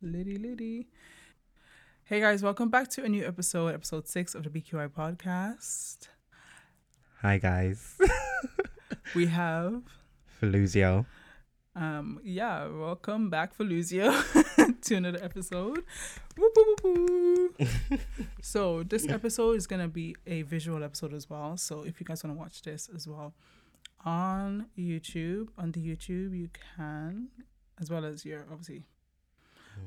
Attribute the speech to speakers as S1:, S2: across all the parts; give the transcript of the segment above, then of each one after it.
S1: Liddy Liddy. Hey guys, welcome back to a new episode, episode six of the BQI podcast.
S2: Hi guys,
S1: We have,
S2: Feluzio.
S1: um, yeah, welcome back, Feluzio, to another episode. Whoop, whoop, whoop, whoop. so, this episode is going to be a visual episode as well. So, if you guys want to watch this as well on YouTube, on the YouTube, you can, as well as your obviously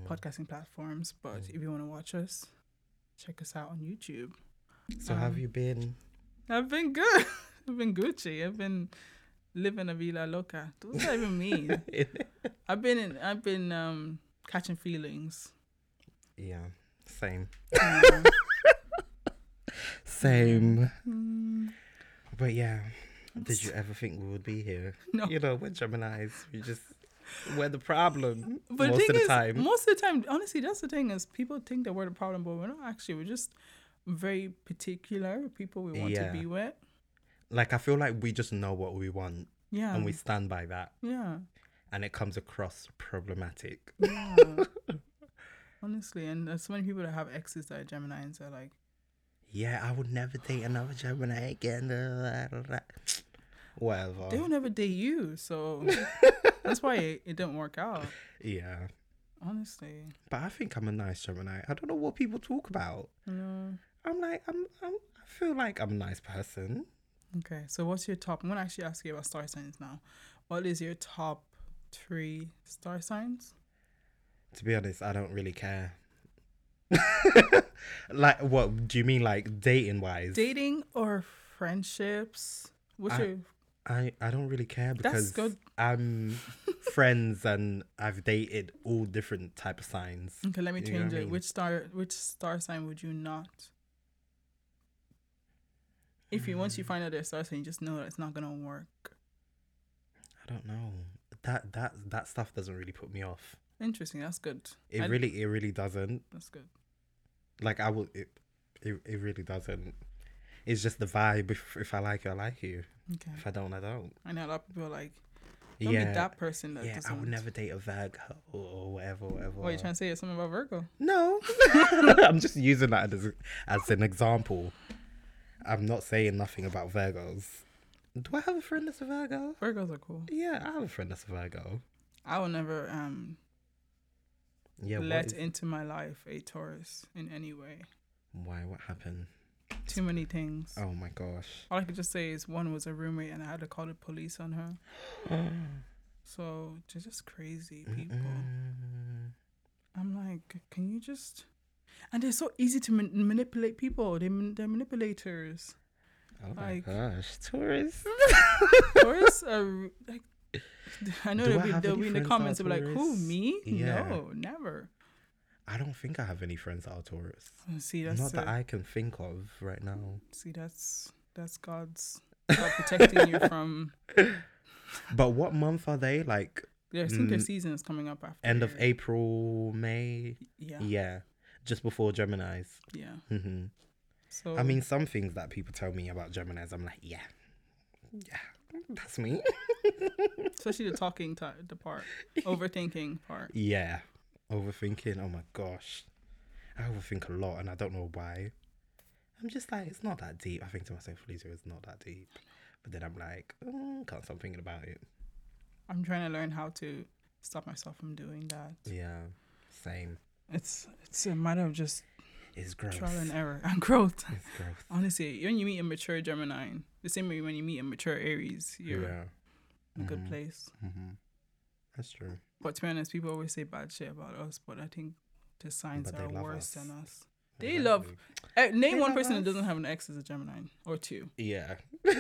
S1: podcasting platforms. But
S2: Mm.
S1: if you want to watch us, check us out on YouTube.
S2: So have
S1: Um,
S2: you been?
S1: I've been good. I've been Gucci. I've been living a vida loca. What does that even mean? I've been in, I've been um catching feelings.
S2: yeah, same,
S1: Yeah.
S2: same.
S1: Mm,
S2: But yeah, Hmm, did you ever think we would be here?
S1: No.
S2: You know, we're Gemini's. We just we're the problem
S1: But
S2: most
S1: thing
S2: of the
S1: is,
S2: time.
S1: most of the time, honestly, that's the thing is people think that we're the problem, but we're not actually. We're just very particular with people we want
S2: Yeah.
S1: to be with.
S2: like I feel like we just know what we want
S1: Yeah.
S2: and we stand by that,
S1: yeah.
S2: and it comes across problematic.
S1: Yeah. honestly, and there's so many people that have exes that are Gemini and are like,
S2: Yeah, I would never date another Gemini again. Whatever.
S1: they will never date you. So that's why it, it didn't work out.
S2: Yeah.
S1: Honestly.
S2: But I think I'm a nice Gemini. I don't know what people talk about.
S1: No.
S2: I'm like, I'm, I'm I feel like I'm a nice person.
S1: Okay, so what's your top? I'm gonna actually ask you about star signs now. What is your top three star signs?
S2: To be honest, I don't really care. like, what do you mean, like dating wise?
S1: Dating or friendships? What's
S2: I-
S1: your
S2: I, I don't really care
S1: That's
S2: because
S1: good.
S2: I'm friends and I've dated all different type of signs.
S1: okay? Let me
S2: you know what I
S1: change it.
S2: mean?
S1: Which star? Which star sign would you not? If you
S2: Mm.
S1: once you find out their star sign, you just know that it's not gonna work.
S2: I don't know. That that that stuff doesn't really put me off.
S1: Interesting. That's good.
S2: It
S1: I-
S2: really it really doesn't.
S1: That's good.
S2: Like I will it, it it really doesn't. It's just the vibe. If if I like you, I like you.
S1: Okay.
S2: If I don't, I don't.
S1: I know a lot of people are like don't
S2: yeah.
S1: be that person that
S2: yeah,
S1: doesn't.
S2: I would never date a Virgo or whatever, whatever.
S1: What are you trying to say? Something about Virgo?
S2: No, I'm just using that as, as an example. I'm not saying nothing about Virgos. Do I have a friend that's a Virgo?
S1: Virgos are cool.
S2: Yeah, I have a friend that's a Virgo.
S1: I will never um
S2: Yeah, what
S1: let
S2: is,
S1: into my life a Taurus in any way.
S2: why? What happened?
S1: Too many things.
S2: Oh my gosh.
S1: All I could just say is one was a roommate and I had to call the police on her. So they're just crazy people.
S2: Mm-mm.
S1: I'm like, can you just? And they're so easy to man- manipulate people. They man- they're manipulators.
S2: Oh my
S1: Like-
S2: gosh, Taurus.
S1: Taurus are like. I know
S2: Do
S1: they'll
S2: I
S1: be,
S2: have
S1: they'll
S2: any
S1: be in the
S2: friends
S1: comments.
S2: that are
S1: They'll be like, "Who
S2: Taurus?
S1: me?
S2: Yeah.
S1: No, never." Uh,
S2: I don't think I have any friends that are Taurus.
S1: See, that's
S2: not that
S1: the-
S2: I can think of right now.
S1: see, that's that's God's God protecting you from.
S2: But what month are they? Like
S1: Their, I think their
S2: Mm,
S1: season is coming up after
S2: end of April, May?
S1: Yeah,
S2: Yeah. Just before Gemini's.
S1: yeah.
S2: hmm
S1: So
S2: I mean, some things that people tell me about Gemini's, I'm like, yeah, yeah, that's me.
S1: especially the talking ti the part, overthinking part.
S2: yeah. Overthinking. Oh my gosh. I overthink a lot and I don't know why. I'm just like, it's not that deep. I think to myself, Lisa, it's not that deep. But then I'm like, mm, can't stop thinking about it.
S1: I'm trying to learn how to stop myself from doing that.
S2: Yeah. Same.
S1: It's it's a matter of just
S2: It's gross.
S1: trial and error and growth.
S2: It's gross.
S1: Honestly, when you meet a mature Gemini, the same way when you meet a mature Aries, you're
S2: yeah.
S1: in a good
S2: Mhm.
S1: place.
S2: hmm That's true.
S1: But to be honest, people always say bad shit about us, but I think the signs
S2: But they
S1: are
S2: love
S1: worse
S2: us.
S1: than us. They love- Eh, name
S2: They
S1: one
S2: love
S1: person that
S2: us.
S1: doesn't have an ex as a Gemini or two
S2: Yeah.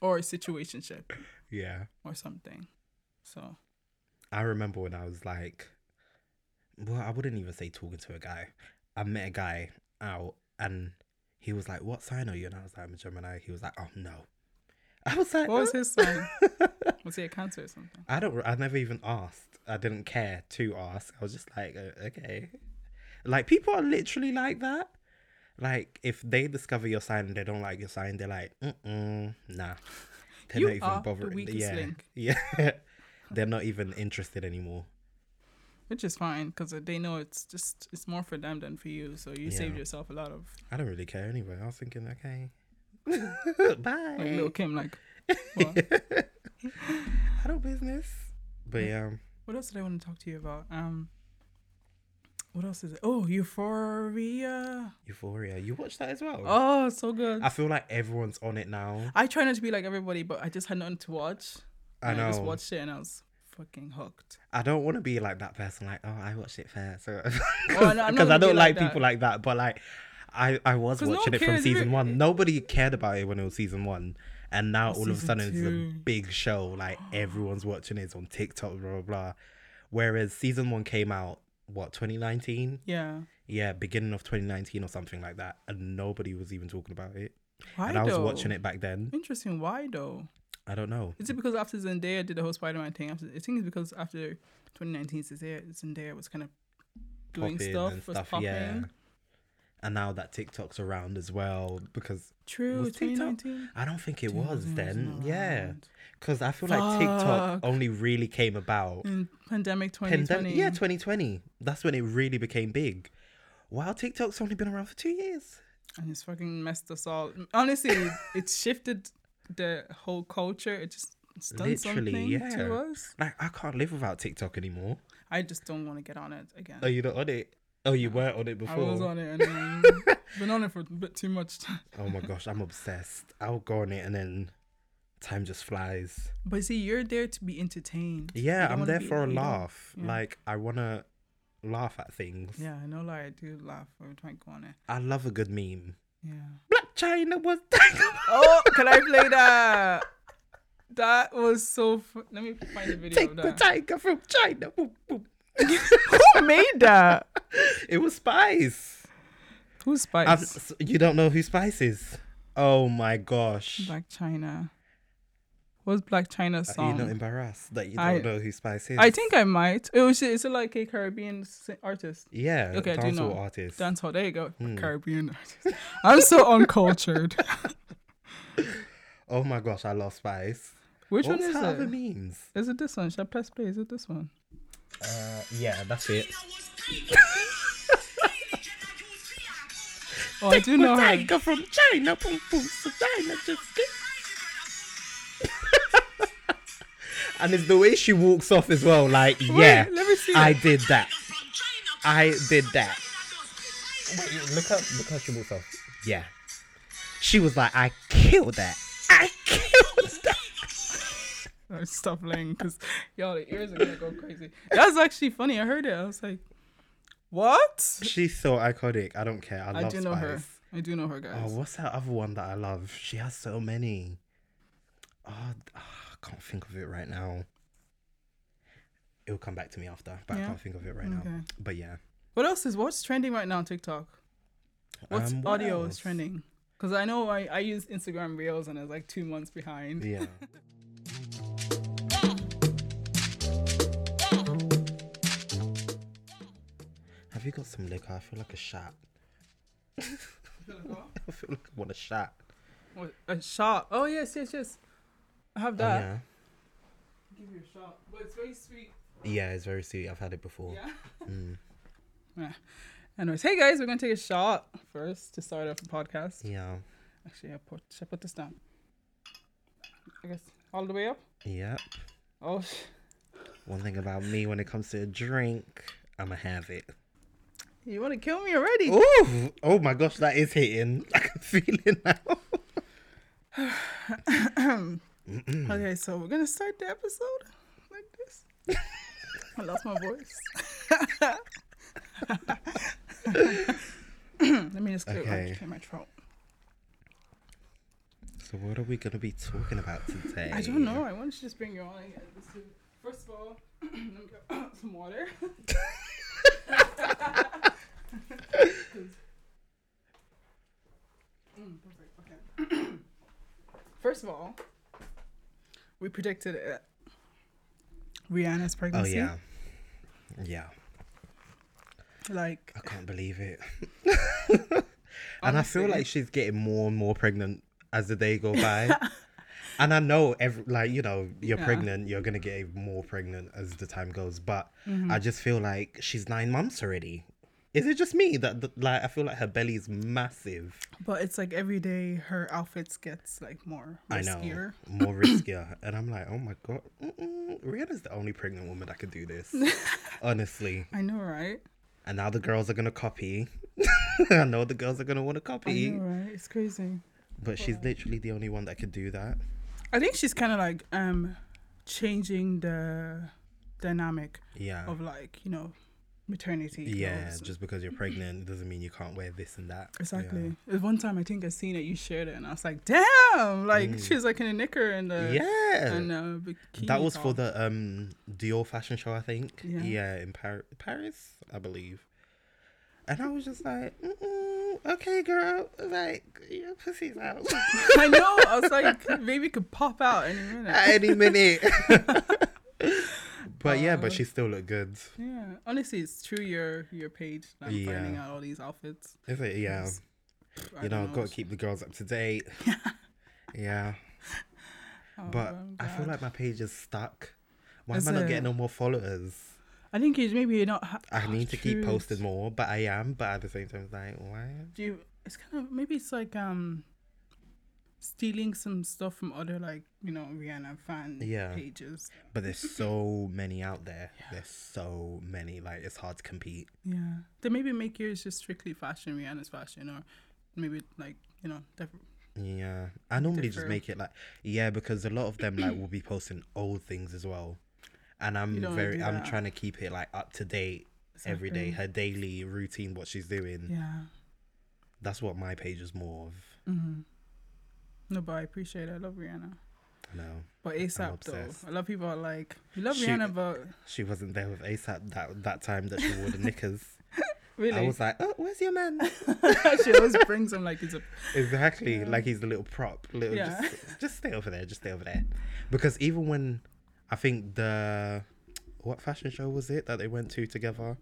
S1: or a situationship
S2: yeah.
S1: or something. So
S2: I remember when I was like, well, I wouldn't even say talking to a guy. I met a guy out and he was like, what sign are you? And I was like, I'm a Gemini. He was like, oh no. I was like,
S1: what was
S2: "Huh?"
S1: his sign? was he a Cancer or something?
S2: I don't, I never even asked. I didn't care to ask. I was just like, "Uh, okay. Like people are literally like that. Like if they discover your sign and they don't like your sign, they're like, mm-mm, nah. They're
S1: You
S2: not even
S1: are the
S2: bothering.
S1: weakest
S2: yeah.
S1: link.
S2: Yeah. they're not even interested anymore.
S1: which is fine because they know it's just it's more for them than for you. So you saved
S2: Yeah.
S1: yourself a lot of
S2: I don't really care anyway. I was thinking, okay, bye.
S1: like little Kim. Like
S2: Hello, business. But um, yeah,
S1: what else did I want to talk to you about? Um, what else is it? Oh, Euphoria.
S2: Euphoria. You watched that as well.
S1: Oh, so good.
S2: I feel like everyone's on it now.
S1: I try not to be like everybody, but I just had nothing to watch.
S2: I
S1: and I just
S2: know.
S1: watched it and I was fucking hooked.
S2: I don't want to be like that person. Like, oh, I watched it first, because
S1: Oh, no, I'm not
S2: I
S1: gonna be like
S2: don't like
S1: that.
S2: people like that. But like, I I was
S1: 'Cause no
S2: watching
S1: one
S2: it from
S1: cares, even-
S2: season one. Nobody cared about it when it was season one, and now all of a
S1: season
S2: sudden it's
S1: two.
S2: a big show. Like everyone's watching it. It's on TikTok, blah blah blah. Whereas season one came out what 2019,
S1: Yeah.
S2: yeah, beginning of 2019 or something like that, and nobody was even talking about it.
S1: Why
S2: and I was
S1: though?
S2: watching it back then.
S1: Interesting. Why though?
S2: I don't know.
S1: Is it because after Zendaya did the whole Spider-Man thing? After I think it's because after 2019, Zendaya, Zendaya was kind of doing
S2: Popping
S1: stuff,
S2: and
S1: was
S2: stuff,
S1: popping.
S2: yeah. And now that TikTok's around as well, because
S1: True.
S2: Was TikTok?
S1: 2019.
S2: I don't think it
S1: Dude,
S2: was
S1: it
S2: then.
S1: wasn't
S2: Yeah.
S1: around.
S2: Because I feel like TikTok
S1: Fuck.
S2: only really came about
S1: In pandemic 2020.
S2: pandemic. Yeah, 2020. That's when it really became big. Wow, TikTok's only been around for two years.
S1: and it's fucking messed us all. Honestly, it's shifted the whole culture. It just it's done
S2: Literally,
S1: something
S2: yeah.
S1: to us.
S2: Like, I can't live without TikTok anymore.
S1: I just don't want to get on it again.
S2: Oh, you're not on it? Oh, you were on it
S1: I
S2: before.
S1: was on it and um, been on it for a bit too much time.
S2: Oh my gosh, I'm obsessed. I'll go on it and then time just flies.
S1: But see, you're there to be entertained. You
S2: Yeah,
S1: don't
S2: I'm
S1: wanna
S2: there
S1: be-
S2: for a
S1: you don't-
S2: laugh.
S1: yeah.
S2: Like, I want to laugh at things.
S1: Yeah, I know, like I do laugh every time I go on it.
S2: I love a good meme.
S1: Yeah.
S2: Black China was.
S1: Oh, can I play that? That was so. Fu- Let me find a video
S2: Take
S1: of
S2: the
S1: that.
S2: tiger from China. Boop, boop.
S1: Who made that?
S2: It was Spice.
S1: Who's
S2: I've-
S1: Spice?
S2: s- you don't know who Spice is? Oh my gosh.
S1: Black China. What's Black China's
S2: Are Uh, you
S1: song?
S2: not embarrassed that you don't
S1: I-
S2: know who Spice is?
S1: I think I might. It was. It's like a Caribbean si- artist.
S2: Yeah,
S1: Okay, I do
S2: dancehall
S1: know.
S2: artist. Hmm.
S1: Dancehall. There you go. Caribbean artist. I'm so uncultured.
S2: oh my gosh, I love Spice.
S1: Which
S2: What's
S1: one is
S2: her other
S1: it?
S2: memes?
S1: Is it this one? Should I press play? Is it this one?
S2: Uh, yeah, that's it.
S1: Oh, I do know her.
S2: Tiger from China, boom boom, so China just get- And it's the way she walks off as well. Like, yeah,
S1: let me see
S2: I
S1: it.
S2: did that. I did that. Wait, look up, look how she walks off. Yeah, she was like, I killed that. I killed that.
S1: Oh, Stop playing because y'all the ears are gonna go crazy. That's actually funny. I heard it. I was like, what?
S2: She's so iconic. I don't care. I
S1: I
S2: love
S1: do know
S2: Spice.
S1: her. I do know her,
S2: Oh,
S1: guys.
S2: what's that other one that I love? She has so many. Oh, d- ah, I can't think of it right now. It'll come back to me after, but I
S1: Yeah?
S2: can't think of it right now.
S1: Okay.
S2: But yeah.
S1: What else is what's trending right now on TikTok? What's
S2: Um, what
S1: audio
S2: else?
S1: is trending? Because I know I, I use Instagram Reels and I was like two months behind.
S2: Yeah. Have you got some liquor? I feel like a shot. I feel like I want a shot.
S1: What, a shot. Oh yes, yes, yes. I have
S2: Oh,
S1: that.
S2: yeah.
S1: Give you a shot, but it's very sweet.
S2: Yeah, it's very sweet. I've had it before.
S1: Yeah.
S2: Mm.
S1: Yeah. Anyways, hey guys, we're gonna take a shot first to start off the podcast.
S2: Yeah.
S1: Actually, I put should I put this down? I guess all the way up.
S2: Yep.
S1: Oh, sh-
S2: One thing about me when it comes to a drink, I'ma have it.
S1: you want to kill me already?
S2: Ooh, oh my gosh, that is hitting. I can feel it now. Mm.
S1: Okay, so we're gonna start the episode like this. I lost my voice. Let me just clear my-
S2: Okay.
S1: clear my throat.
S2: So what are we gonna be talking about today? Oh,
S1: I don't know. I wanted to just bring you on. I guess. This is- First of all, let me get some water. 'Cause- Mm, perfect, okay. First of all, we predicted it. Rihanna's
S2: Oh
S1: pregnancy.
S2: yeah. Yeah.
S1: Like
S2: I can't believe it. and I feel
S1: Honestly.
S2: like she's getting more and more pregnant as the day go by. and I know every like you know you're
S1: Yeah.
S2: pregnant, you're gonna get more pregnant as the time goes, but
S1: Mm-hmm.
S2: I just feel like she's nine months already. Is it just me that that, like I feel like her belly's massive?
S1: But it's like every day her outfits gets like more riskier.
S2: I know more riskier, and I'm like, oh my god, mm-mm, Rihanna's the only pregnant woman that could do this, honestly.
S1: I know, right?
S2: And now the girls are gonna copy. I know the girls are gonna want to
S1: I
S2: copy,
S1: know, right? It's crazy.
S2: but she's literally the only one that could do that.
S1: I think she's kind of like um changing the dynamic
S2: Yeah.
S1: of like you know maternity.
S2: Yeah,
S1: clothes.
S2: just because you're pregnant doesn't mean you can't wear this and that. Yeah.
S1: Exactly. There's One time I think I seen it, you shared it, and I was like, "Damn!" Like she was like in a knicker and
S2: Mm. Yeah.
S1: a and uh, a bikini.
S2: that was
S1: top.
S2: for the um Dior fashion show, I think.
S1: Yeah.
S2: Yeah, in Par- Paris, I believe. And I was just like, Mm-mm, okay, girl, like your pussy's out
S1: I know. I was like, maybe it could pop out any minute.
S2: at any minute. but yeah,
S1: Uh,
S2: but she still looked good.
S1: Yeah. Honestly, it's through your your page that I'm finding
S2: Yeah.
S1: out all these outfits.
S2: Is it? Yeah.
S1: I
S2: you know,
S1: don't
S2: got to keep the girls up to date. yeah.
S1: Oh,
S2: But
S1: I'm
S2: I feel
S1: glad.
S2: like my page is stuck. Why
S1: Is
S2: am I not
S1: it?
S2: getting no more followers?
S1: I think it's maybe you're not. Ha-
S2: I
S1: Oh,
S2: need to keep
S1: true.
S2: posting more, but I am. But at the same time, it's like, why?
S1: Do you, it's kind of maybe it's like um stealing some stuff from other like you know Rihanna fan
S2: Yeah.
S1: pages.
S2: But there's so many out there. There's so many. Like it's hard to compete.
S1: Yeah, they maybe make yours just strictly fashion, Rihanna's fashion, or maybe like you know, diff-
S2: Yeah, I normally
S1: Differ.
S2: just make it like yeah because a lot of them like will be posting old things as well, and I'm
S1: don't wanna
S2: very
S1: do
S2: I'm
S1: that.
S2: trying to keep it like up to date every day. Her daily routine, what she's doing.
S1: yeah.
S2: That's what my page is more of.
S1: No, but I appreciate. it. I love Rihanna,
S2: I know.
S1: but ASAP
S2: obsessed.
S1: though. A lot of people are like, you love
S2: Shoot.
S1: Rihanna, but
S2: She wasn't there with ASAP that that time that she wore the knickers. I
S1: really,
S2: was like, oh, where's your man?
S1: she always brings them like it's a
S2: Exactly. Like he's a little prop. Little
S1: Yeah.
S2: just, just stay over there, just stay over there. Because even when I think the what fashion show was it that they went to together?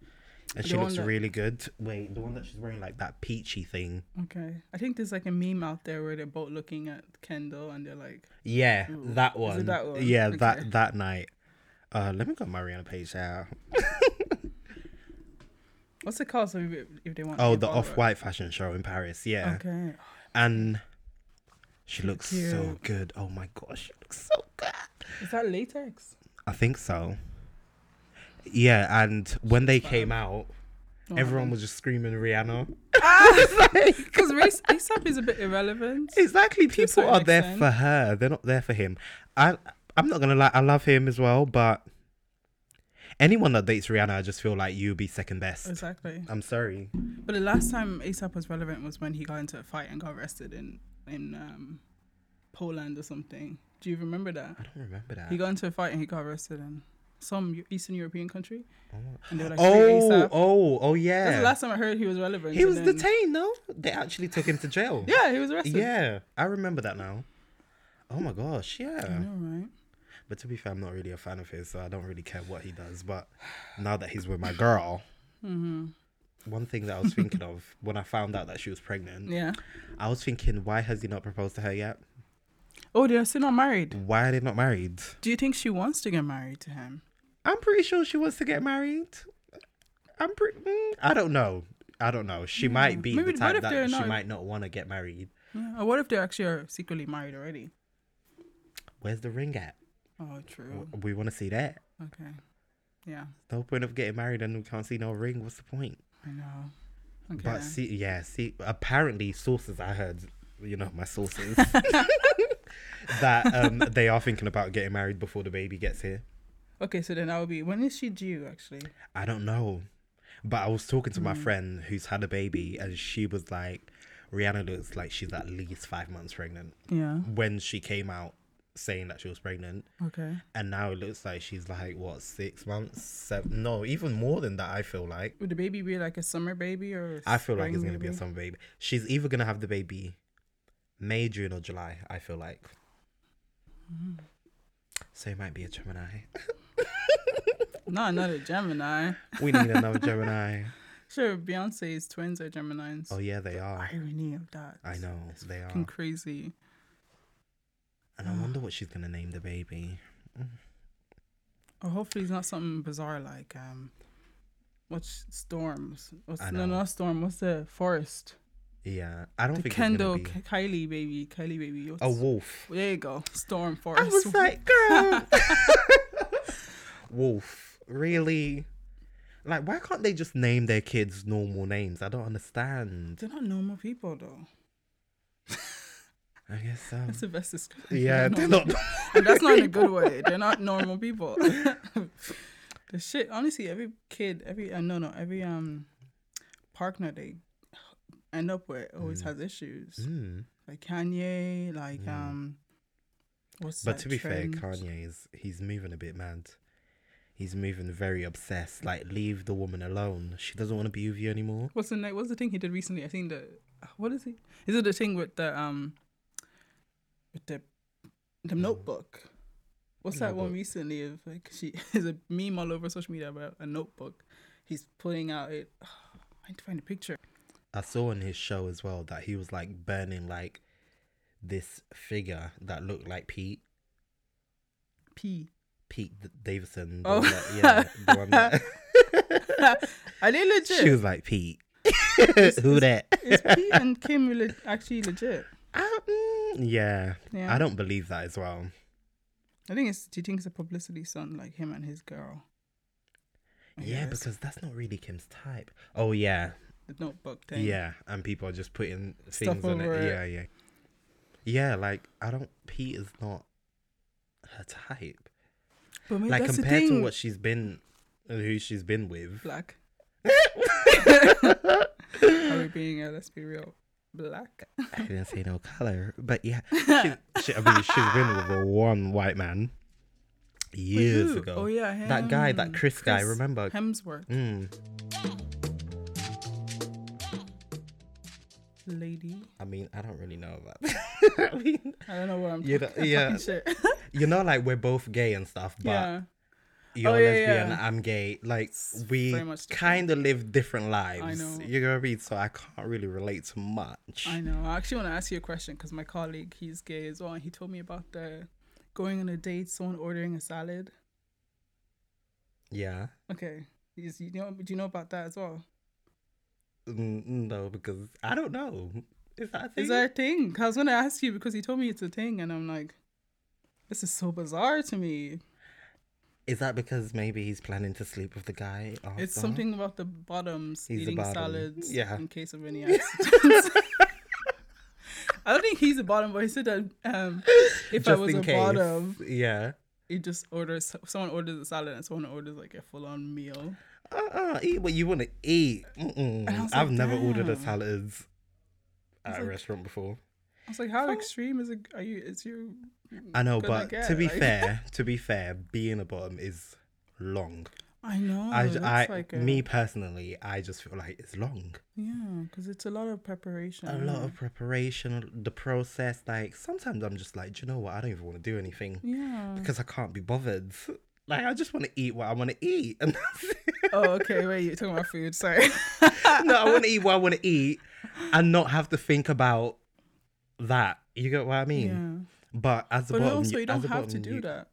S2: And she
S1: The one
S2: looks
S1: that-
S2: really good. Wait, the one that she's wearing like that peachy thing.
S1: okay. I think there's like a meme out there where they're both looking at Kendall and they're like,
S2: Yeah, that one.
S1: that one?
S2: Yeah,
S1: Okay.
S2: that that night. Uh let me go Mariana page out.
S1: what's it called? So if, if they want,
S2: Oh,
S1: to
S2: the
S1: follow
S2: off white fashion show in Paris,
S1: her?
S2: yeah.
S1: Okay,
S2: And she looks so
S1: Cute.
S2: good. Oh my gosh, she looks so good.
S1: is that latex?
S2: I think so. Yeah, and when they came out,
S1: Oh
S2: everyone was just screaming Rihanna.
S1: Ah, Because race ASAP is a bit irrelevant.
S2: Exactly,
S1: a
S2: people
S1: certain
S2: are there
S1: extent.
S2: for her. They're not there for him. I I'm not gonna lie, I love him as well, but anyone that dates Rihanna, I just feel like you'll be second best.
S1: Exactly.
S2: I'm sorry.
S1: But the last time ASAP was relevant was when he got into a fight and got arrested in in um, Poland or something. Do you remember that?
S2: I don't remember that.
S1: He got into a fight and he got arrested in some Eu- Eastern European country. And they were like, "Free
S2: oh,
S1: ASAP."
S2: oh, oh
S1: That's the
S2: yeah.
S1: last time I heard he was relevant.
S2: He
S1: and
S2: was
S1: then-
S2: detained, no? They actually took him to jail.
S1: Yeah, he was arrested.
S2: Yeah. I remember that now. Oh my gosh,
S1: I
S2: yeah.
S1: know, right?
S2: But to be fair, I'm not really a fan of his, so I don't really care what he does. But now that he's with my girl, one thing that I was thinking of when I found out that she was pregnant,
S1: Mm-hmm. Yeah.
S2: I was thinking, why has he not proposed to her yet?
S1: Oh, they're still not married.
S2: Why are they not married?
S1: Do you think she wants to get married to him?
S2: I'm pretty sure she wants to get married. I'm pretty. Mm, I don't know. I don't know. She might be
S1: Mm-hmm. Maybe-
S2: the
S1: what
S2: type
S1: if they're
S2: that she
S1: not-
S2: might not want to get married.
S1: Yeah. Or what if they actually are secretly married already?
S2: Where's the ring at?
S1: Oh, true.
S2: We want to see that.
S1: Okay. Yeah,
S2: No point of getting married and we can't see no ring. What's the point?
S1: I know. Okay.
S2: But see, yeah, see, apparently sources I heard, you know, my sources, that um, they are thinking about getting married before the baby gets here.
S1: Okay, so then I will be. When is she due? Actually,
S2: I don't know, but I was talking to my friend who's had a baby, and she was like, Rihanna looks like she's at least five months pregnant
S1: yeah.
S2: when she came out saying that she was pregnant,
S1: Okay.
S2: and now it looks like she's like what six months, seven, no, even more than that. I feel like.
S1: Would the baby be like a summer baby or? I
S2: I feel like it's gonna be a summer baby. She's either gonna have the baby May, June, or July. I feel like.
S1: Mm.
S2: So it might be a Gemini.
S1: No, another Gemini.
S2: We need another Gemini.
S1: Sure, Beyonce's twins are Gemini's.
S2: Oh yeah, they are.
S1: Irony of that.
S2: I know they
S1: Fucking
S2: are.
S1: crazy.
S2: And I wonder what she's gonna name the baby.
S1: Or Oh, hopefully it's not something bizarre like um, what's storms? What's
S2: I
S1: no
S2: know.
S1: not storm? What's the forest?
S2: Yeah, I don't
S1: The
S2: think
S1: Kendall
S2: it's gonna be
S1: K- Kylie baby, Kylie baby. What's,
S2: a wolf.
S1: there you go, storm forest.
S2: I was like, girl, wolf. Really? Like, why can't they just name their kids normal names? I don't understand.
S1: They're not normal people though.
S2: I guess so.
S1: That's the best description.
S2: yeah, they're not.
S1: and that's not in a good way. They're not normal people. the shit. Honestly, every kid, every uh, no, no, every um partner they end up with always has issues.
S2: Mm.
S1: Like Kanye, like um, what's
S2: But
S1: that
S2: to be
S1: trend?
S2: fair, Kanye's he's moving a bit mad. He's moving very obsessed. Like, leave the woman alone. She doesn't want to be with you anymore.
S1: What's the na- what's the thing he did recently? I think the what is he? Is it the thing with the um with the the notebook? What's that one
S2: Mm. Notebook.
S1: recently? Of like she is a meme all over social media about a notebook. He's putting out it. I need to find a picture.
S2: I saw on his show as well that he was like burning like this figure that looked like Pete
S1: P.
S2: Pete D- Davidson. The
S1: Oh.
S2: one that, yeah, the one that,
S1: Are they legit?
S2: she was like Pete. Who that?
S1: Is P and Kim le- actually legit?
S2: Ah, mm, yeah.
S1: Yeah.
S2: I don't believe that as well.
S1: I think it's. Do you think it's a publicity stunt like him and his girl? I
S2: Yeah,
S1: guess.
S2: because that's not really Kim's type. Oh yeah,
S1: the notebook thing.
S2: yeah. And people are just putting
S1: Stuff
S2: things on it.
S1: over it.
S2: Yeah, yeah, yeah. Like I don't. Pete is not her type.
S1: but maybe
S2: like
S1: that's the
S2: compared
S1: thing.
S2: to what she's been, who she's been with.
S1: black. Are we being, uh, let's be real, black?
S2: I didn't say no color, but yeah, she, she, I mean, she's been with a one white man years
S1: Who?
S2: ago.
S1: Oh, yeah.
S2: that guy, that
S1: him.
S2: Chris, guy. Remember?
S1: Hemsworth.
S2: Mm.
S1: Lady.
S2: I mean, I don't really know that. I mean,
S1: I don't know what I'm
S2: You know-
S1: talking
S2: yeah.
S1: about. Shit.
S2: you know, like we're both gay and stuff, but
S1: yeah.
S2: you're
S1: Oh, yeah,
S2: lesbian,
S1: yeah.
S2: I'm gay. Like we
S1: very much different.
S2: kind of live different lives.
S1: know.
S2: You know what I mean? So I can't really relate to much.
S1: I know. I actually want to ask you a question because my colleague, he's gay as well, and he told me about the going on a date, someone ordering a salad.
S2: yeah.
S1: Okay. Is, you know, do you know about that as well?
S2: Mm, no, because I don't know. Is that a thing?
S1: Is that a thing? 'Cause I was going to ask you because he told me it's a thing, and I'm like, this is so bizarre to me.
S2: Is that because maybe he's planning to sleep with the guy? After?
S1: It's something about the bottoms
S2: He's a
S1: eating
S2: bottom.
S1: salads
S2: Yeah.
S1: in case of any accidents. I don't think he's a bottom, but he said that um, if I
S2: Just
S1: was
S2: in
S1: a
S2: case.
S1: bottom,
S2: Yeah.
S1: it just orders someone orders a salad and someone orders like a full on meal.
S2: Uh-uh, eat what you want to eat. Mm-mm.
S1: I was
S2: I've
S1: like,
S2: never ordered a
S1: "Damn."
S2: salads at a
S1: like-
S2: restaurant before.
S1: I was like, how
S2: Fuck.
S1: extreme is it? Are you? Is you?
S2: I know,
S1: gonna
S2: but
S1: "Mm, get,
S2: to be
S1: like-
S2: fair, to be fair, being a bottom is long.
S1: I know.
S2: I,
S1: Oh, that's
S2: I
S1: like a,
S2: me personally, I just feel like it's long.
S1: Yeah, because it's a lot of preparation.
S2: A lot of preparation, the process. Like sometimes I'm just like, do you know what? I don't even want to do anything
S1: Yeah.
S2: because I can't be bothered. Like I just want to eat what I want to eat, and that's it.
S1: oh, okay. Wait, you're talking about food. Sorry.
S2: no, I want to eat what I want to eat, and not have to think about that. You get what I mean?
S1: yeah.
S2: But as a
S1: But
S2: bottom,
S1: also,
S2: you-
S1: you don't
S2: as a
S1: have to
S2: bottom,
S1: do
S2: you-
S1: that.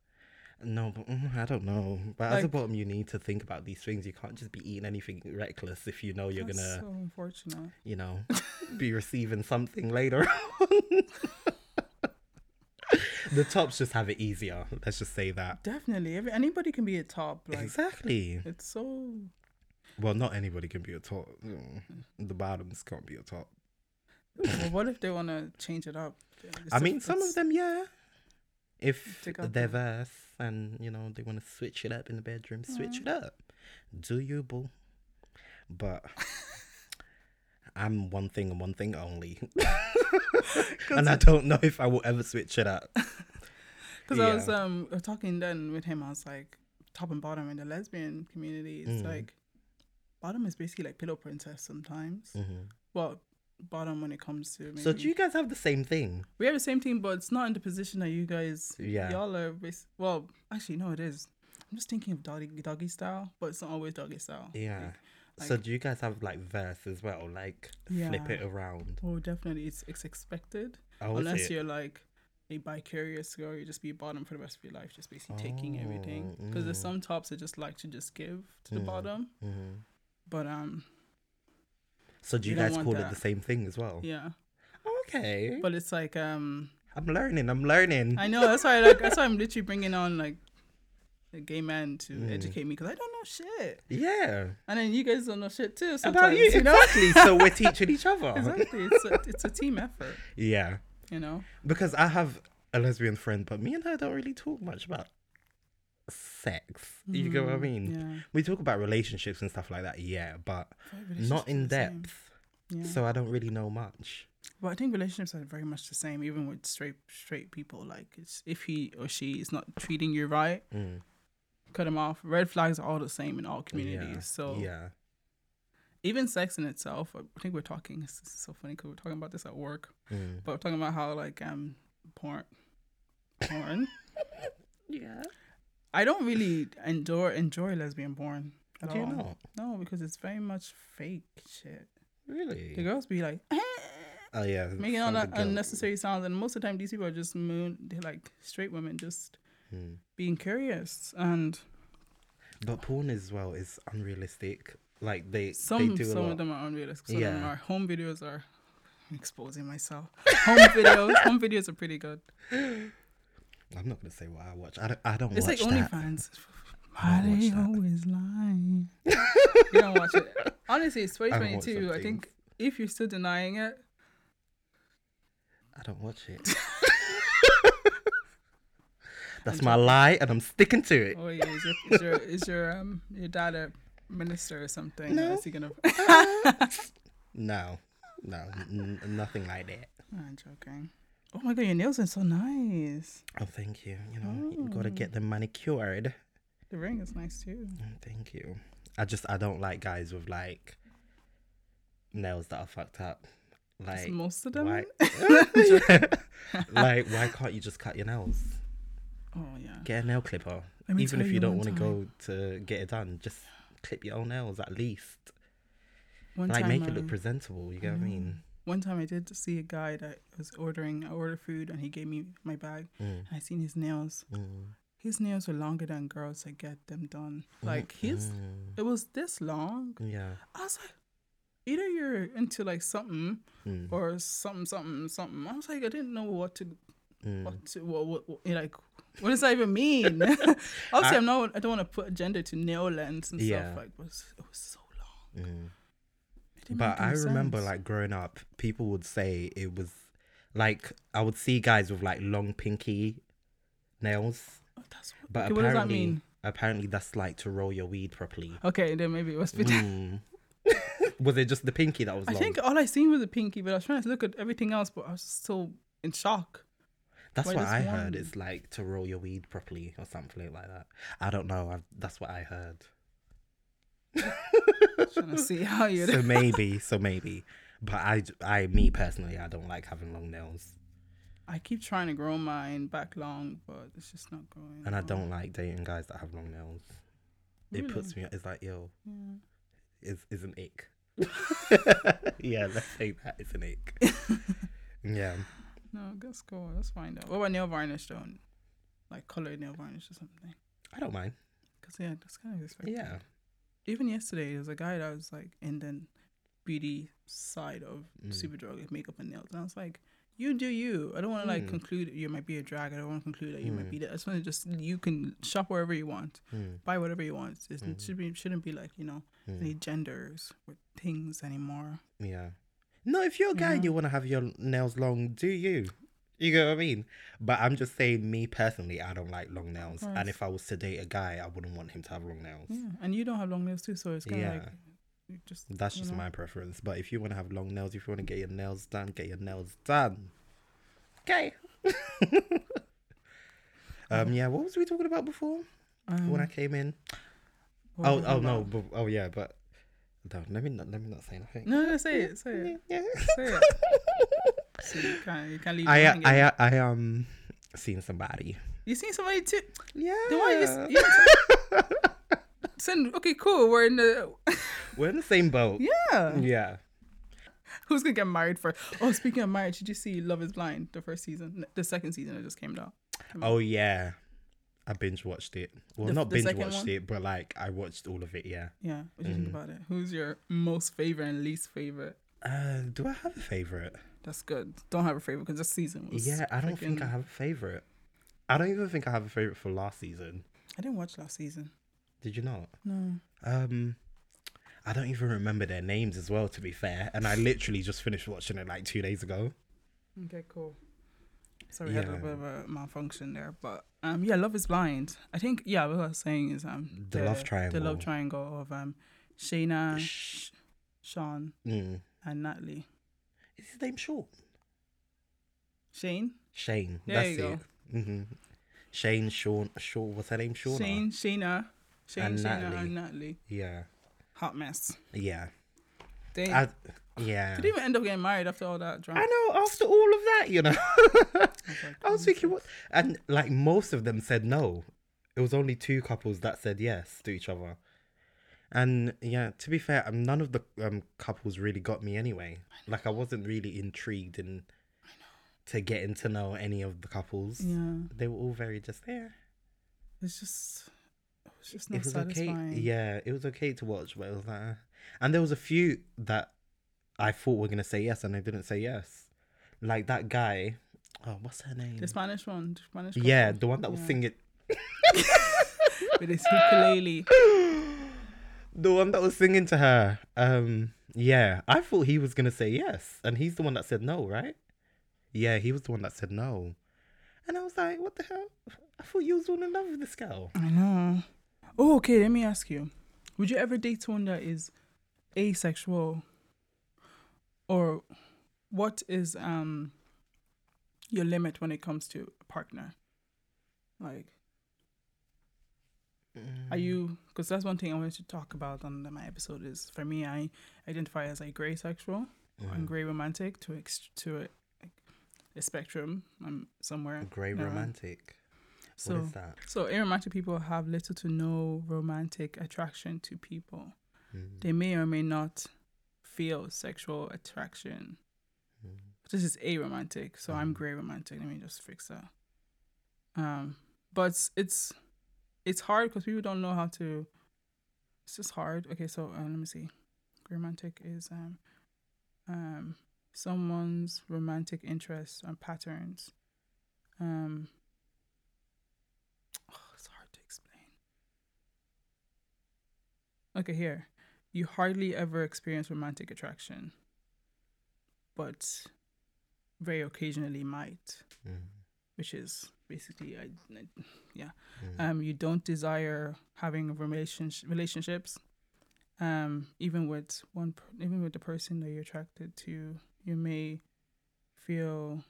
S2: No, but mm, I don't know. But as a
S1: Like-
S2: bottom, you need to think about these things. You can't just be eating anything reckless if you know you're
S1: That's
S2: gonna.
S1: so unfortunate.
S2: you know, be receiving something later on. the tops just have it easier. Let's just say that.
S1: Definitely. Every, anybody can be a top. Like
S2: Exactly.
S1: it's so
S2: Well, not anybody can be a top. Mm. The bottoms can't be a top.
S1: well, what if they wanna change it up? It's
S2: I
S1: diff-
S2: mean, some of
S1: it's-
S2: them, yeah. If
S1: Dig up
S2: they're
S1: the-
S2: verse and you know they want to switch it up in the bedroom, switch it
S1: Mm.
S2: up. Do you, boo? But I'm one thing and one thing only, and I don't know if I will ever switch it up.
S1: Because I was
S2: Yeah.
S1: um talking then with him, I was like, top and bottom in the lesbian community, it's
S2: Mm-hmm.
S1: like bottom is basically like pillow princess sometimes. Well, bottom when it comes to maybe.
S2: Mm-hmm. So do you guys have the same thing?
S1: we have the same team, but it's not in the position that you guys.
S2: Yeah.
S1: Y'all are bas- well, actually no, it is. I'm just thinking of doggy doggy style, but it's not always doggy style.
S2: Yeah. so do you guys have like verse as well? Like flip
S1: Yeah.
S2: it around.
S1: Oh, definitely, it's it's expected.
S2: Oh, is
S1: unless
S2: it?
S1: you're like a bi-curious girl. You just be bottom for the rest of your life, just basically
S2: Oh,
S1: taking everything. Because there's some tops that just like to just give to the bottom. But um,
S2: Mm-hmm. So do you,
S1: You don't
S2: guys
S1: want
S2: call it
S1: that.
S2: the same thing as well? Oh,
S1: yeah.
S2: Okay.
S1: But it's like um,
S2: I'm learning. I'm learning.
S1: I know that's why like that's why I'm literally bringing on like a gay man to educate me because I don't know shit,
S2: yeah.
S1: and then you guys don't know shit too. Sometimes,
S2: About you,
S1: you, know.
S2: exactly. so we're teaching each other.
S1: exactly, it's a, it's a team effort,
S2: Yeah.
S1: you know.
S2: Because I have a lesbian friend, but me and her don't really talk much about sex. You get what I mean?
S1: Mm, yeah.
S2: We talk about relationships and stuff like that, yeah, but
S1: Relationships
S2: not
S1: are
S2: in
S1: the same.
S2: depth.
S1: Yeah.
S2: So I don't really know much.
S1: But I think relationships are very much the same, even with straight straight people. Like, it's if he or she is not treating you right,
S2: Mm,
S1: cut him off. Red flags are all the same in all
S2: yeah,
S1: communities. So
S2: yeah.
S1: even sex in itself, I think we're talking. It's it's so funny because we're talking about this at work,
S2: Mm.
S1: but we're talking about how like um porn, porn.
S2: Yeah.
S1: I don't really enjoy enjoy lesbian porn. At
S2: Do you
S1: all.
S2: not?
S1: No, because it's very much fake shit. The
S2: Really?
S1: girls be like.
S2: Oh yeah.
S1: making all
S2: some
S1: that
S2: of the girls-
S1: unnecessary sounds and most of the time these people are just moon they're like straight women just
S2: Mm.
S1: being curious and
S2: But porn as well is unrealistic. Like they
S1: some
S2: they do a
S1: some
S2: lot.
S1: of them are unrealistic some of them
S2: Yeah.
S1: are home videos are I'm exposing myself home videos home videos are pretty good
S2: I'm not gonna say what I watch. I don't. I don't
S1: it's
S2: watch
S1: like
S2: that.
S1: OnlyFans
S2: I
S1: why
S2: don't
S1: they
S2: watch that.
S1: always lying you don't watch it honestly it's
S2: watch
S1: 2022 I,
S2: some
S1: think if you're still denying it
S2: I don't watch it. That's my lie, and I'm sticking to it.
S1: oh yeah is your is your, is your um your dad a minister or something
S2: No.
S1: is he gonna
S2: No, no, n- n- nothing like that.
S1: I'm joking. Oh my god, your nails are so nice.
S2: Oh, thank you. You know, you gotta
S1: Oh.
S2: get them manicured.
S1: The ring is nice too.
S2: Mm, Thank you. I just I don't like guys with like nails that are fucked up.
S1: Just
S2: Like
S1: most of them.
S2: why? like why can't you just cut your nails?
S1: Oh yeah.
S2: Get a nail clipper.
S1: Let me
S2: Even
S1: tell
S2: if you
S1: you
S2: don't want
S1: one
S2: to go to get it done, just clip your own nails at least.
S1: One
S2: like
S1: time, uh,
S2: make
S1: I,
S2: it look presentable. You get what I mean?
S1: one time I did see a guy that was ordering. I ordered food and he gave me my bag.
S2: Mm,
S1: I seen his nails.
S2: mm,
S1: His nails were longer than girls that get them done. Like his,
S2: mm,
S1: it was this long.
S2: yeah.
S1: I was like, either you're into like something
S2: Mm,
S1: or something, something, something. I was like, I didn't know what to
S2: mm.
S1: what, to- what, what, what- like what does that even mean? Obviously, I, am not. I don't want to put gender to nail lens and
S2: Yeah.
S1: stuff. Like, but it's- it was so long.
S2: Mm.
S1: It didn't
S2: But
S1: make any
S2: I remember,
S1: sense.
S2: like growing up, people would say it was like I would see guys with like long pinky nails,
S1: Oh, that's what,
S2: but
S1: okay, what
S2: apparently,
S1: does that mean?
S2: apparently that's like to roll your weed properly.
S1: Okay, then maybe it was.
S2: Mm. was it just the pinky that was
S1: I
S2: long?
S1: think all I seen was a pinky, but I was trying to look at everything else, but I was so in shock.
S2: that's
S1: wait,
S2: what
S1: there's
S2: I heard.
S1: one.
S2: It's like to roll your weed properly or something like that. I don't know. i that's what I heard.
S1: Trying to see how you.
S2: so maybe, so maybe. But I, I, me personally, I don't like having long nails,
S1: I keep trying to grow mine back long, but it's just not growing.
S2: and I
S1: long.
S2: don't like dating guys that have long nails. It puts me. It's like yo,
S1: Yeah.
S2: is is an ick. yeah, let's say that it's an ick. yeah,
S1: No, that's cool. That's fine though. What about nail varnish though? Like colored nail varnish or something?
S2: I don't mind.
S1: Because yeah, that's kind of expected.
S2: Yeah,
S1: even yesterday there was a guy that was like in the beauty side of
S2: Mm.
S1: superdrug like makeup and nails and i was like you do you i don't want to like
S2: Mm.
S1: conclude you might be a drag i don't want to conclude that you might
S2: Mm.
S1: be that i just want to just you can shop wherever you want
S2: Mm,
S1: buy whatever you want It's- it
S2: Mm.
S1: should be, shouldn't be like you know
S2: mm,
S1: any genders with things anymore
S2: yeah. No, if you're a guy and
S1: Yeah.
S2: you want to have your nails long, do you? You get what I mean? But I'm just saying, me personally, I don't like long nails.
S1: course.
S2: And if I was to date a guy, I wouldn't want him to have long nails.
S1: yeah and you don't have long nails too so it's kind of like
S2: Yeah.
S1: you just
S2: That's
S1: you
S2: just
S1: know.
S2: my preference. But if you want to have long nails, if you want to get your nails done, get your nails done. Okay. um. Yeah. What was we talking about before
S1: Um,
S2: when I came in?
S1: what
S2: Oh.
S1: was it
S2: Oh no.
S1: about?
S2: But, oh yeah. But no. Let me not. Let me not say nothing.
S1: no no say it say
S2: Yeah,
S1: it
S2: yeah.
S1: say it so you can't you can't leave
S2: I.
S1: it
S2: uh,
S1: hanging.
S2: I. uh, I um. Seen somebody.
S1: you seen somebody too
S2: Yeah.
S1: Then why you, s- you didn't- send? Okay, cool. We're in the
S2: We're in the same boat.
S1: yeah.
S2: Yeah.
S1: Who's gonna get married first? Oh, speaking of marriage, did you see Love Is Blind? The first season, the second season, it just came out.
S2: Oh yeah, I binge watched it. Well,
S1: The-
S2: not
S1: the
S2: binge
S1: second
S2: watched
S1: one?
S2: it, but like I watched all of it. Yeah.
S1: Yeah, what do
S2: Mm.
S1: you think about it? Who's your most favorite and least favorite?
S2: Uh, do I have a favorite?
S1: That's good. Don't have a favorite because this season was.
S2: Yeah, I don't think I
S1: freaking-
S2: have a favorite. I don't even think I have a favorite for last season.
S1: I didn't watch last season.
S2: Did you not?
S1: No.
S2: Um, I don't even remember their names as well. To be fair, and I literally just finished watching it like two days ago.
S1: Okay, cool. Sorry, I had a
S2: Yeah.
S1: little bit of a malfunction there, but um, yeah, Love is Blind. I think yeah, what I was saying is um,
S2: The love
S1: the love
S2: triangle.
S1: triangle of um, Shayna,
S2: Sh-
S1: Sean,
S2: Mm.
S1: and Natalie.
S2: Is his name short?
S1: Shane,
S2: Shane.
S1: There
S2: that's
S1: you go.
S2: it. hmm Shane, Sean, Sean. What's her name? Shauna.
S1: Shane, Shayna, Shane,
S2: And
S1: Shayna,
S2: Natalie.
S1: and Natalie.
S2: Yeah.
S1: Hot mess.
S2: Yeah.
S1: They
S2: I, yeah.
S1: didn't even end up getting married after all that drama.
S2: I know. After all of that, you know,
S1: Oh
S2: I was thinking what, and like most of them said no. It was only two couples that said yes to each other, and yeah. To be fair, um, none of the um couples really got me anyway. Like I wasn't really intrigued in to getting to know any of the couples.
S1: Yeah,
S2: They were all very just there.
S1: it's just, it's just not
S2: it was
S1: satisfying.
S2: okay. Yeah, it was okay to watch, but it was like, uh, and there was a few that I thought were gonna say yes, and they didn't say yes. Like that guy. Oh, what's her name?
S1: The Spanish one, the Spanish.
S2: yeah,
S1: couple.
S2: the one that was
S1: Yeah.
S2: singing.
S1: with his ukulele.
S2: The one that was singing to her. Um, yeah, I thought he was gonna say yes, and he's the one that said no, right? Yeah, he was the one that said no, and I was like, what the hell? I thought you was all in love with this girl.
S1: I know. Oh, okay. Let me ask you: Would you ever date someone that is asexual, or what is um your limit when it comes to a partner? Like, are you? Because that's one thing I wanted to talk about on the- my episode. Is for me, I identify as a gray sexual
S2: Mm.
S1: and gray romantic to ex- to a, a spectrum. I'm somewhere.
S2: Grey
S1: No.
S2: romantic.
S1: So
S2: what is that?
S1: So, aromantic people have little to no romantic attraction to people.
S2: Mm.
S1: They may or may not feel sexual attraction.
S2: Mm.
S1: This is aromantic, so I'm
S2: Mhm.
S1: gray romantic. Let me just fix that. Um, but it's it's hard because people don't know how to. It's just hard. Okay, so uh, let me see. Gray romantic is um, um, someone's romantic interests and patterns. Um, oh, it's hard to explain. Okay, here. You hardly ever experience romantic attraction, but very occasionally might,
S2: Mm.
S1: which is basically, I, I- yeah.
S2: Mm.
S1: Um, you don't desire having relationship relationships, um, even with one, per- even with the person that you're attracted to. You may feel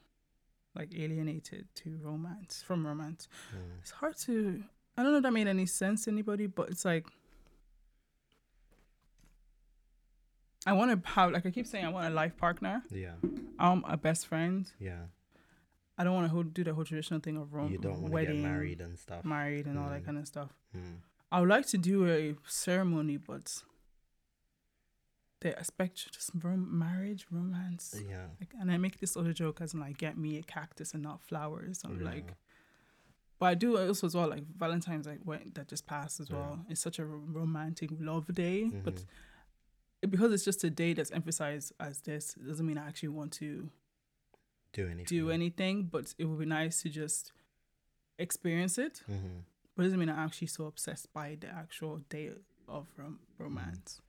S1: like alienated to romance from romance
S2: Mm.
S1: it's hard to i don't know if that made any sense to anybody but it's like i want to have like i keep saying i want a life partner
S2: Yeah,
S1: i'm a best friend
S2: yeah.
S1: i don't want to do the whole traditional thing of rom-
S2: You don't want to get
S1: wedding
S2: married and stuff.
S1: married and all that
S2: Mm.
S1: kind of stuff
S2: Mm.
S1: i would like to do a ceremony but the aspect just rom- marriage romance
S2: Yeah.
S1: like, and i make this other joke as in like get me a cactus and not flowers i'm
S2: yeah.
S1: like But I do also as well like Valentine's like went that just passed as
S2: Yeah.
S1: well. It's such a ro- romantic love day, but
S2: Mhm.
S1: it- because it's just a day that's emphasized as this, it doesn't mean I actually want to
S2: do anything.
S1: do anything. But it would be nice to just experience it.
S2: Mhm.
S1: But it doesn't mean I'm actually so obsessed by the actual day of rom-
S2: Mm-hmm.
S1: romance.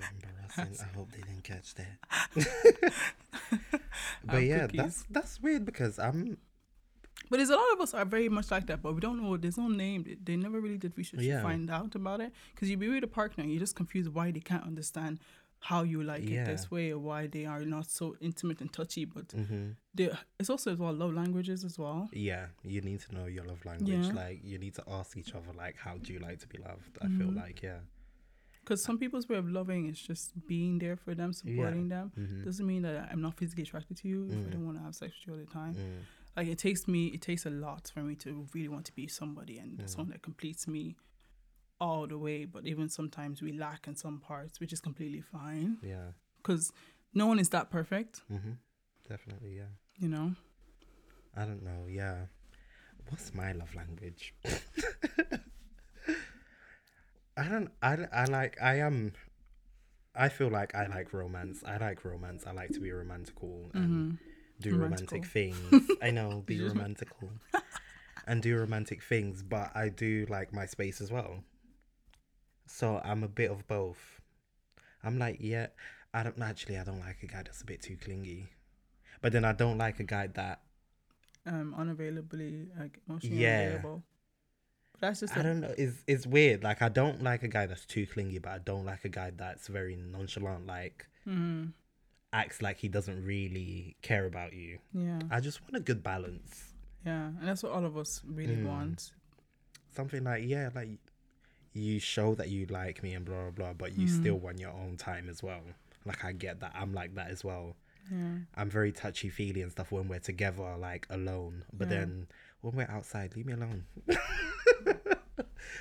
S2: So embarrassing. I hope they didn't catch that. but yeah, that's that's weird because I'm
S1: But there's a lot of us are very much like that, but we don't know. There's no name. They- They never really did research to
S2: Yeah.
S1: find out about it. Because you be with a partner, you're just confused why they can't understand how you like it
S2: Yeah.
S1: this way or why they are not so intimate and touchy. But
S2: mhm.
S1: they, it's also as well love languages as well.
S2: yeah. You need to know your love language.
S1: Yeah.
S2: Like you need to ask each other like, how do you like to be loved? I
S1: Mm-hmm.
S2: feel like yeah,
S1: Because some people's way of loving is just being there for them, supporting them.
S2: Mhm.
S1: Doesn't mean that I'm not physically attracted to you if I
S2: Mm.
S1: don't want to have sex with you all the time.
S2: Mm.
S1: Like it takes me, it takes a lot for me to really want to be somebody and
S2: Mm.
S1: someone that completes me all the way, but even sometimes we lack in some parts, which is completely fine
S2: Yeah.
S1: because no one is that perfect,
S2: Mm-hmm. Definitely, yeah.
S1: you know.
S2: I don't know, yeah. What's my love language? I don't I, I like I am I feel like I like romance. I like romance. I like to be romantical and do romantic things. I know, be romantical. and do romantic things, but I do like my space as well. So I'm a bit of both. I'm like, yeah, I don't actually I don't like a guy that's a bit too clingy. But then I don't like a guy that
S1: Um, unavailably, like emotionally
S2: Yeah.
S1: unavailable. But that's just
S2: I
S1: a-
S2: don't know. It's it's weird. Like I don't like a guy that's too clingy, but I don't like a guy that's very nonchalant. Like
S1: Mhm.
S2: acts like he doesn't really care about you.
S1: yeah,
S2: I just want a good balance.
S1: yeah, and that's what all of us really
S2: Mm.
S1: want.
S2: Something like yeah, like you show that you like me and blah blah blah, but you still want your own time as well. Like I get that. I'm like that as well.
S1: Yeah,
S2: I'm very touchy feely and stuff when we're together, like alone. But
S1: Yeah.
S2: then when we're outside, leave me alone.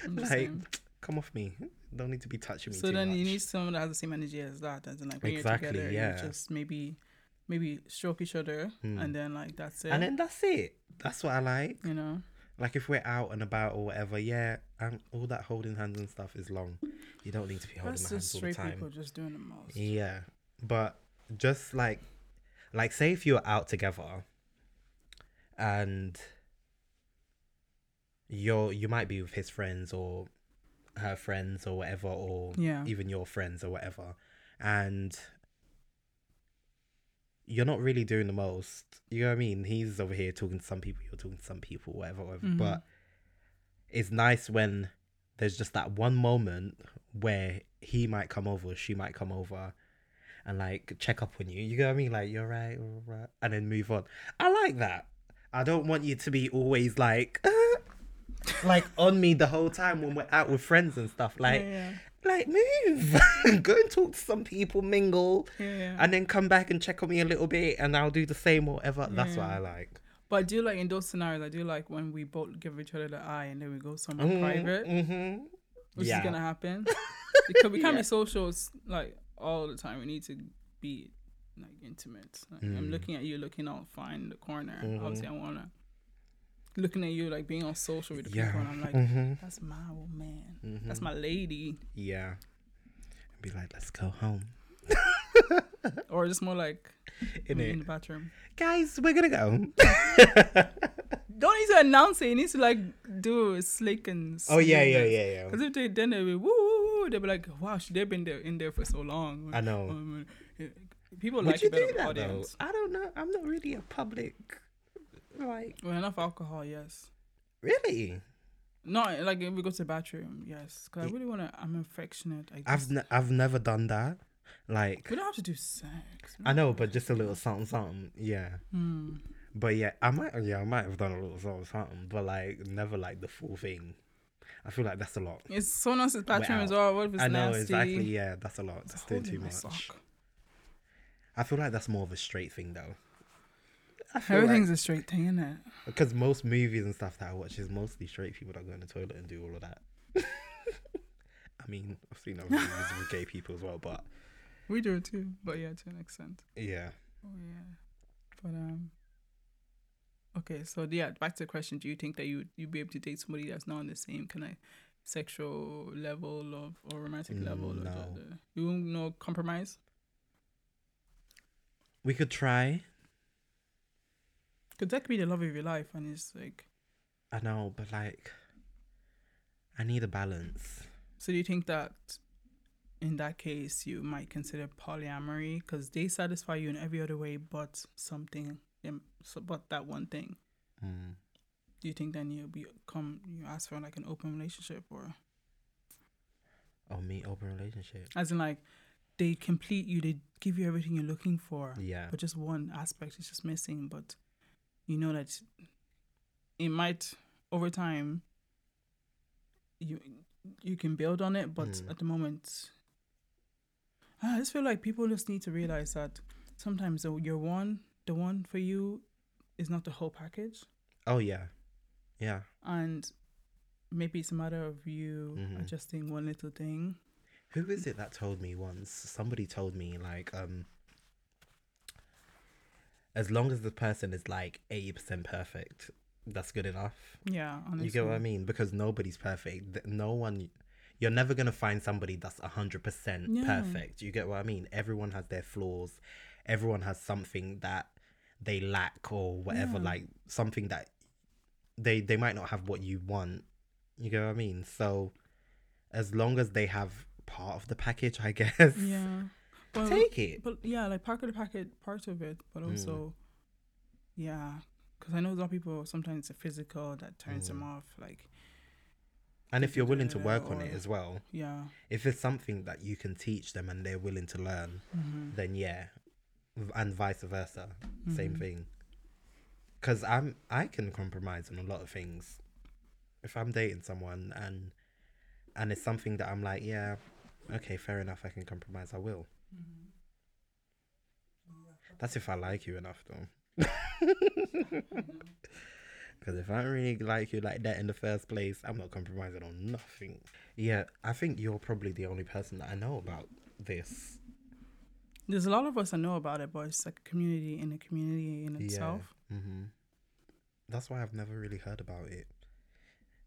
S1: I'm just
S2: like
S1: saying.
S2: come off me. Don't need to be touching me.
S1: So
S2: too
S1: then
S2: much.
S1: you need someone that has the same energy as that, and then like when
S2: Exactly,
S1: you're together,
S2: yeah. Hmm.
S1: you just maybe, maybe stroke each other, and then like that's it.
S2: and then that's it. That's what I like.
S1: you know,
S2: Like if we're out and about or whatever, yeah, and all that holding hands and stuff is long. You don't need to be holding my
S1: that's just
S2: hands all the
S1: straight
S2: time.
S1: people just doing the most.
S2: Yeah, but just like, like say if you're out together, and you're you might be with his friends or her friends or whatever, or
S1: Yeah.
S2: even your friends or whatever, and you're not really doing the most. You know what I mean? He's over here talking to some people, you're talking to some people, whatever, whatever.
S1: Mm-hmm.
S2: But it's nice when there's just that one moment where he might come over, she might come over, and like check up on you. You know what I mean? Like you're right, all right, and then move on. I like that. I don't want you to be always like, like on me the whole time when we're out with friends and stuff. Like,
S1: yeah.
S2: like move, go and talk to some people, mingle,
S1: Yeah, yeah.
S2: and then come back and check on me a little bit, and I'll do the same or whatever. That's what I like.
S1: But I do like in those scenarios, I do like when we both give each other the eye and then we go somewhere private,
S2: Mm-hmm.
S1: which
S2: yeah.
S1: is gonna happen. because we can't be social s- like all the time. We need to be like intimate. Like,
S2: Mm.
S1: I'm looking at you, looking out fine in the corner.
S2: Mm-hmm.
S1: Obviously, I wanna looking at you like being all social with the
S2: Yeah. Mm-hmm.
S1: people, and I'm like,
S2: Mhm.
S1: that's my old man. That's my lady.
S2: Yeah. And be like, let's go home.
S1: Or just more like in, in
S2: Innit?
S1: the bathroom.
S2: Guys, we're gonna go.
S1: Don't need to announce it. You need to like do a slick and.
S2: Oh yeah, yeah, yeah, yeah.
S1: Because if they then they be woo, woo, woo they'll be like, wow, she- they've been there in there for so long.
S2: I know.
S1: Um, uh, people
S2: Would
S1: like
S2: you
S1: a better
S2: do that
S1: audience.
S2: though? I don't know. I'm not really a public. Like
S1: Well, enough alcohol, yes.
S2: really,
S1: Not like if we go to the bathroom, yes. Because I really want to. I'm affectionate. I
S2: I've
S1: just,
S2: n- I've never done that. Like
S1: we don't have to do sex.
S2: I know, but just a little something, something. Yeah.
S1: Hmm.
S2: But yeah, I might. Yeah, I might have done a little something, something. But like, never like the full thing. I feel like that's a lot.
S1: It's so nice. It's bathroom
S2: We're
S1: as
S2: out.
S1: well. What if it's
S2: I know
S1: nasty?
S2: exactly. Yeah, that's a lot. That's doing
S1: Holding
S2: too
S1: my
S2: much.
S1: sock.
S2: I feel like that's more of a straight thing though. I feel like-
S1: Everything's a straight thing, isn't it?
S2: Because most movies and stuff that I watch is mostly straight people that go in the toilet and do all of that. I mean, I've seen other movies with gay people as well, but
S1: We do it too, but yeah, to an extent.
S2: yeah.
S1: Oh yeah, but um. Okay, so yeah, back to the question: Do you think that you you'd be able to date somebody that's not on the same kind of sexual level of or romantic level? Or
S2: Mm, No.
S1: the, the, you won't know compromise.
S2: We could try.
S1: Because that could be the love of your life, and it's like.
S2: I know, but like, I need a balance.
S1: So do you think that, in that case, you might consider polyamory because they satisfy you in every other way, but something, um, so, but that one thing.
S2: Mm.
S1: Do you think then you'll be come you ask for like an open relationship or?
S2: Or Oh, me, open relationship.
S1: As in, like, they complete you, they give you everything you're looking for,
S2: Yeah.
S1: but just one aspect is just missing. But you know that it might, over time, you you can build on it. But
S2: Mm.
S1: at the moment, I just feel like people just need to realize that sometimes the your one, the one for you, is not the whole package,
S2: Oh yeah, yeah.
S1: and maybe it's a matter of you
S2: Mm-hmm.
S1: adjusting one little thing.
S2: Who is it that told me once? Somebody told me like um as long as the person is like 80% perfect, that's good enough.
S1: Yeah, honestly.
S2: You get what I mean? Because nobody's perfect. Th- No one, you're never going to find somebody that's 100%
S1: Yeah.
S2: perfect. You get what I mean? Everyone has their flaws. Everyone has something that they lack or whatever,
S1: Yeah.
S2: like something that they, they might not have what you want. You get what I mean? So as long as they have part of the package, I guess,
S1: Yeah. But,
S2: take it.
S1: but yeah, like part of the packet, part of it, but
S2: Mm.
S1: also, yeah, because I know some people sometimes it's physical that turns them
S2: Mm.
S1: off. Like,
S2: And if you're willing to work on
S1: Or-
S2: it as well,
S1: yeah,
S2: if it's something that you can teach them and they're willing to learn,
S1: Mm-hmm.
S2: then yeah, V- and vice versa, same
S1: Mm-hmm.
S2: thing. Because I'm I can compromise on a lot of things. If I'm dating someone and and it's something that I'm like, yeah, okay, fair enough, I can compromise. I will. That's if I like you enough, though. Because if I really like you like that in the first place, I'm not compromising on nothing. Yeah, I think you're probably the only person that I know about this.
S1: there's a lot of us that know about it, but it's like a community in a community in itself.
S2: Yeah. hmm That's why I've never really heard about it.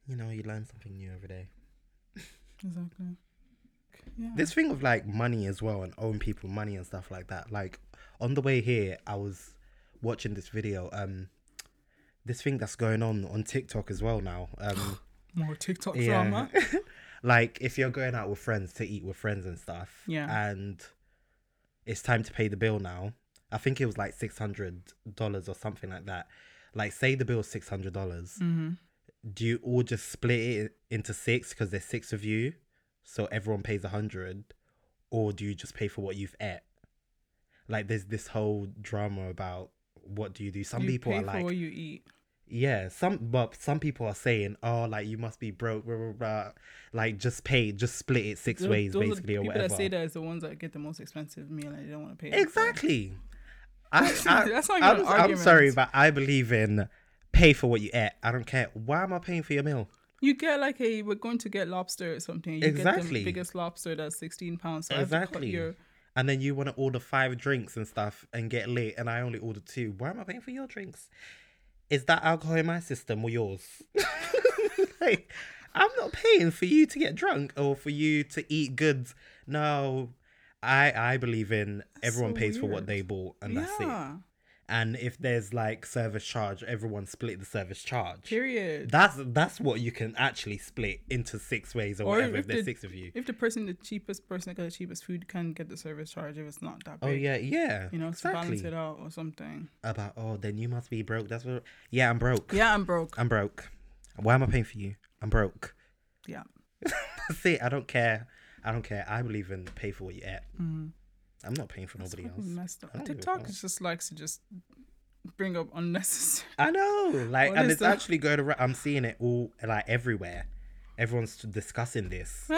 S2: You know, you learn something new every day.
S1: Exactly. Yeah.
S2: This thing of like money as well and owing people money and stuff like that. Like on the way here, I was watching this video. Um, this thing that's going on on TikTok as well now. Um,
S1: more TikTok
S2: Yeah.
S1: drama.
S2: like if you're going out with friends to eat with friends and stuff
S1: Yeah.
S2: and it's time to pay the bill now i think it was like $600 or something like that like say the bill's $600 dollars
S1: Mm-hmm.
S2: do you all just split it into six because there's six of you so everyone pays a hundred or do you just pay for what you've ate like there's this whole drama about what do you do some
S1: you
S2: people
S1: pay
S2: are
S1: for
S2: like
S1: what you eat.
S2: yeah, some but some people are saying, oh, like you must be broke, blah blah blah, like just pay, just split it six
S1: Those-
S2: ways
S1: those are the
S2: basically or
S1: people
S2: whatever.
S1: that say that is the ones that get the most expensive meal and they don't want to pay. it.
S2: Exactly. I, I,
S1: That's not even
S2: I'm,
S1: an
S2: I'm sorry,
S1: argument.
S2: but I believe in pay for what you ate. I don't care. Why am I paying for your meal?
S1: You get like a we're going to get lobster or something. You get
S2: Exactly.
S1: the biggest lobster that's sixteen pounds. So I have to cut
S2: Exactly.
S1: your-
S2: And then you want to order five drinks and stuff and get late, and I only order two. Why am I paying for your drinks? Is that alcohol in my system or yours? like, I'm not paying for you to get drunk or for you to eat goods. No, I I believe in everyone
S1: so
S2: pays for
S1: weird.
S2: what they bought, and that's it.
S1: yeah.
S2: And if there's like service charge, everyone split the service charge.
S1: Period.
S2: That's that's what you can actually split into six ways or, whatever. If, there's
S1: the-
S2: six of you.
S1: If the person, the cheapest person that got the cheapest food, can get the service charge if it's not that big.
S2: Oh yeah, yeah.
S1: You know, to balance it out or something.
S2: about oh then you must be broke that's what yeah i'm broke
S1: Yeah, I'm broke.
S2: i'm broke why am i paying for you i'm broke
S1: Yeah.
S2: that's it i don't care i don't care i believe in pay for what you at i'm not paying for nobody
S1: Mm-hmm. Fucking
S2: else
S1: Messed
S2: I don't
S1: up.
S2: give a
S1: TikTok
S2: fuck.
S1: is just likes to just bring up unnecessary.
S2: i know like
S1: What
S2: and
S1: is
S2: it's
S1: that?
S2: actually going around i'm seeing it all like everywhere everyone's discussing this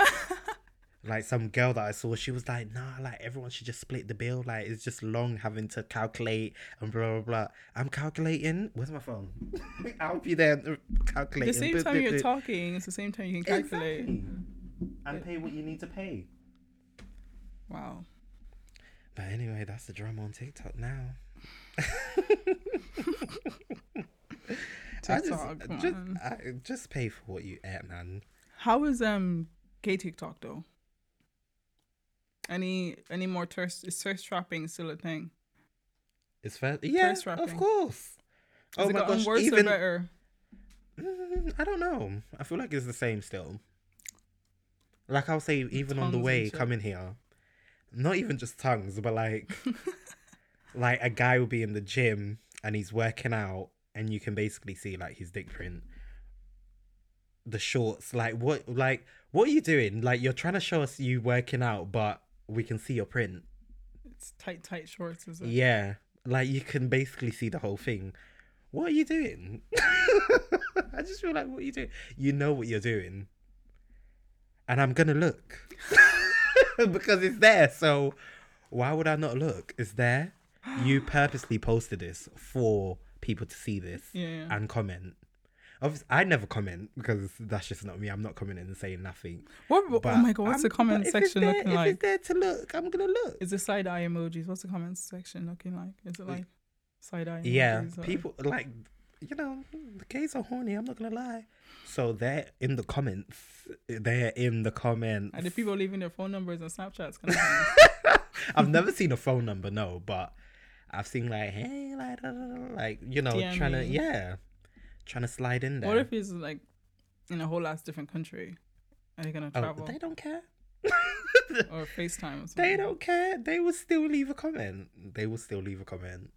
S2: like some girl that i saw she was like nah like everyone should just split the bill like it's just long having to calculate and blah blah blah i'm calculating where's my phone i'll be there calculating
S1: The same
S2: Boop,
S1: time
S2: boop,
S1: you're
S2: boop.
S1: talking, it's the same time you can calculate.
S2: Exactly. And pay what you need to pay.
S1: Wow.
S2: But anyway, that's the drama on TikTok now.
S1: TikTok,
S2: I
S1: come
S2: just, just,
S1: on.
S2: I, just pay for what you ate, man.
S1: How is um gay TikTok though? Any any more thirst is thirst trapping still a thing?
S2: It's fair. Yeah,
S1: Price
S2: of
S1: wrapping.
S2: course.
S1: Has
S2: oh
S1: it
S2: my
S1: gotten
S2: gosh!
S1: worse or
S2: Even
S1: better?
S2: Mm, I don't know. I feel like it's the same still. Like I'll say, even on
S1: Tongues
S2: the
S1: and
S2: way
S1: shit.
S2: coming here, not even just tongues, but like, like a guy will be in the gym and he's working out, and you can basically see like his dick print, the shorts. Like what? Like what are you doing? Like you're trying to show us you working out, but we can see your print.
S1: It's tight, tight shorts, is it?
S2: Yeah, like you can basically see the whole thing. What are you doing? I just feel like what are you doing? You know what you're doing, and I'm gonna look because it's there. So why would I not look? It's there. You purposely posted this for people to see this
S1: Yeah.
S2: and comment. Obviously, I never comment because that's just not me. I'm not commenting and saying nothing.
S1: What, what-
S2: But
S1: oh my god, what's
S2: I'm-
S1: the comment
S2: but if it's
S1: section
S2: there-
S1: looking
S2: if
S1: like?
S2: it's there to look, I'm gonna look.
S1: Is it side eye emojis? What's the comment section looking like? Is it like side eye?
S2: Yeah,
S1: emojis or-
S2: people like you know the gays are horny. I'm not gonna lie. So they're in the comments. They're in the comments.
S1: Are the people leaving their phone numbers and Snapchats? Kind of
S2: I've never seen a phone number, no, but I've seen like hey, like da, da, da, da, like you know,
S1: DM
S2: trying to
S1: me.
S2: yeah, trying to slide in there.
S1: What if he's like in a whole ass different country? Are they gonna
S2: Oh,
S1: travel
S2: they don't care.
S1: or FaceTime or something?
S2: They don't care. They will still leave a comment. They will still leave a comment.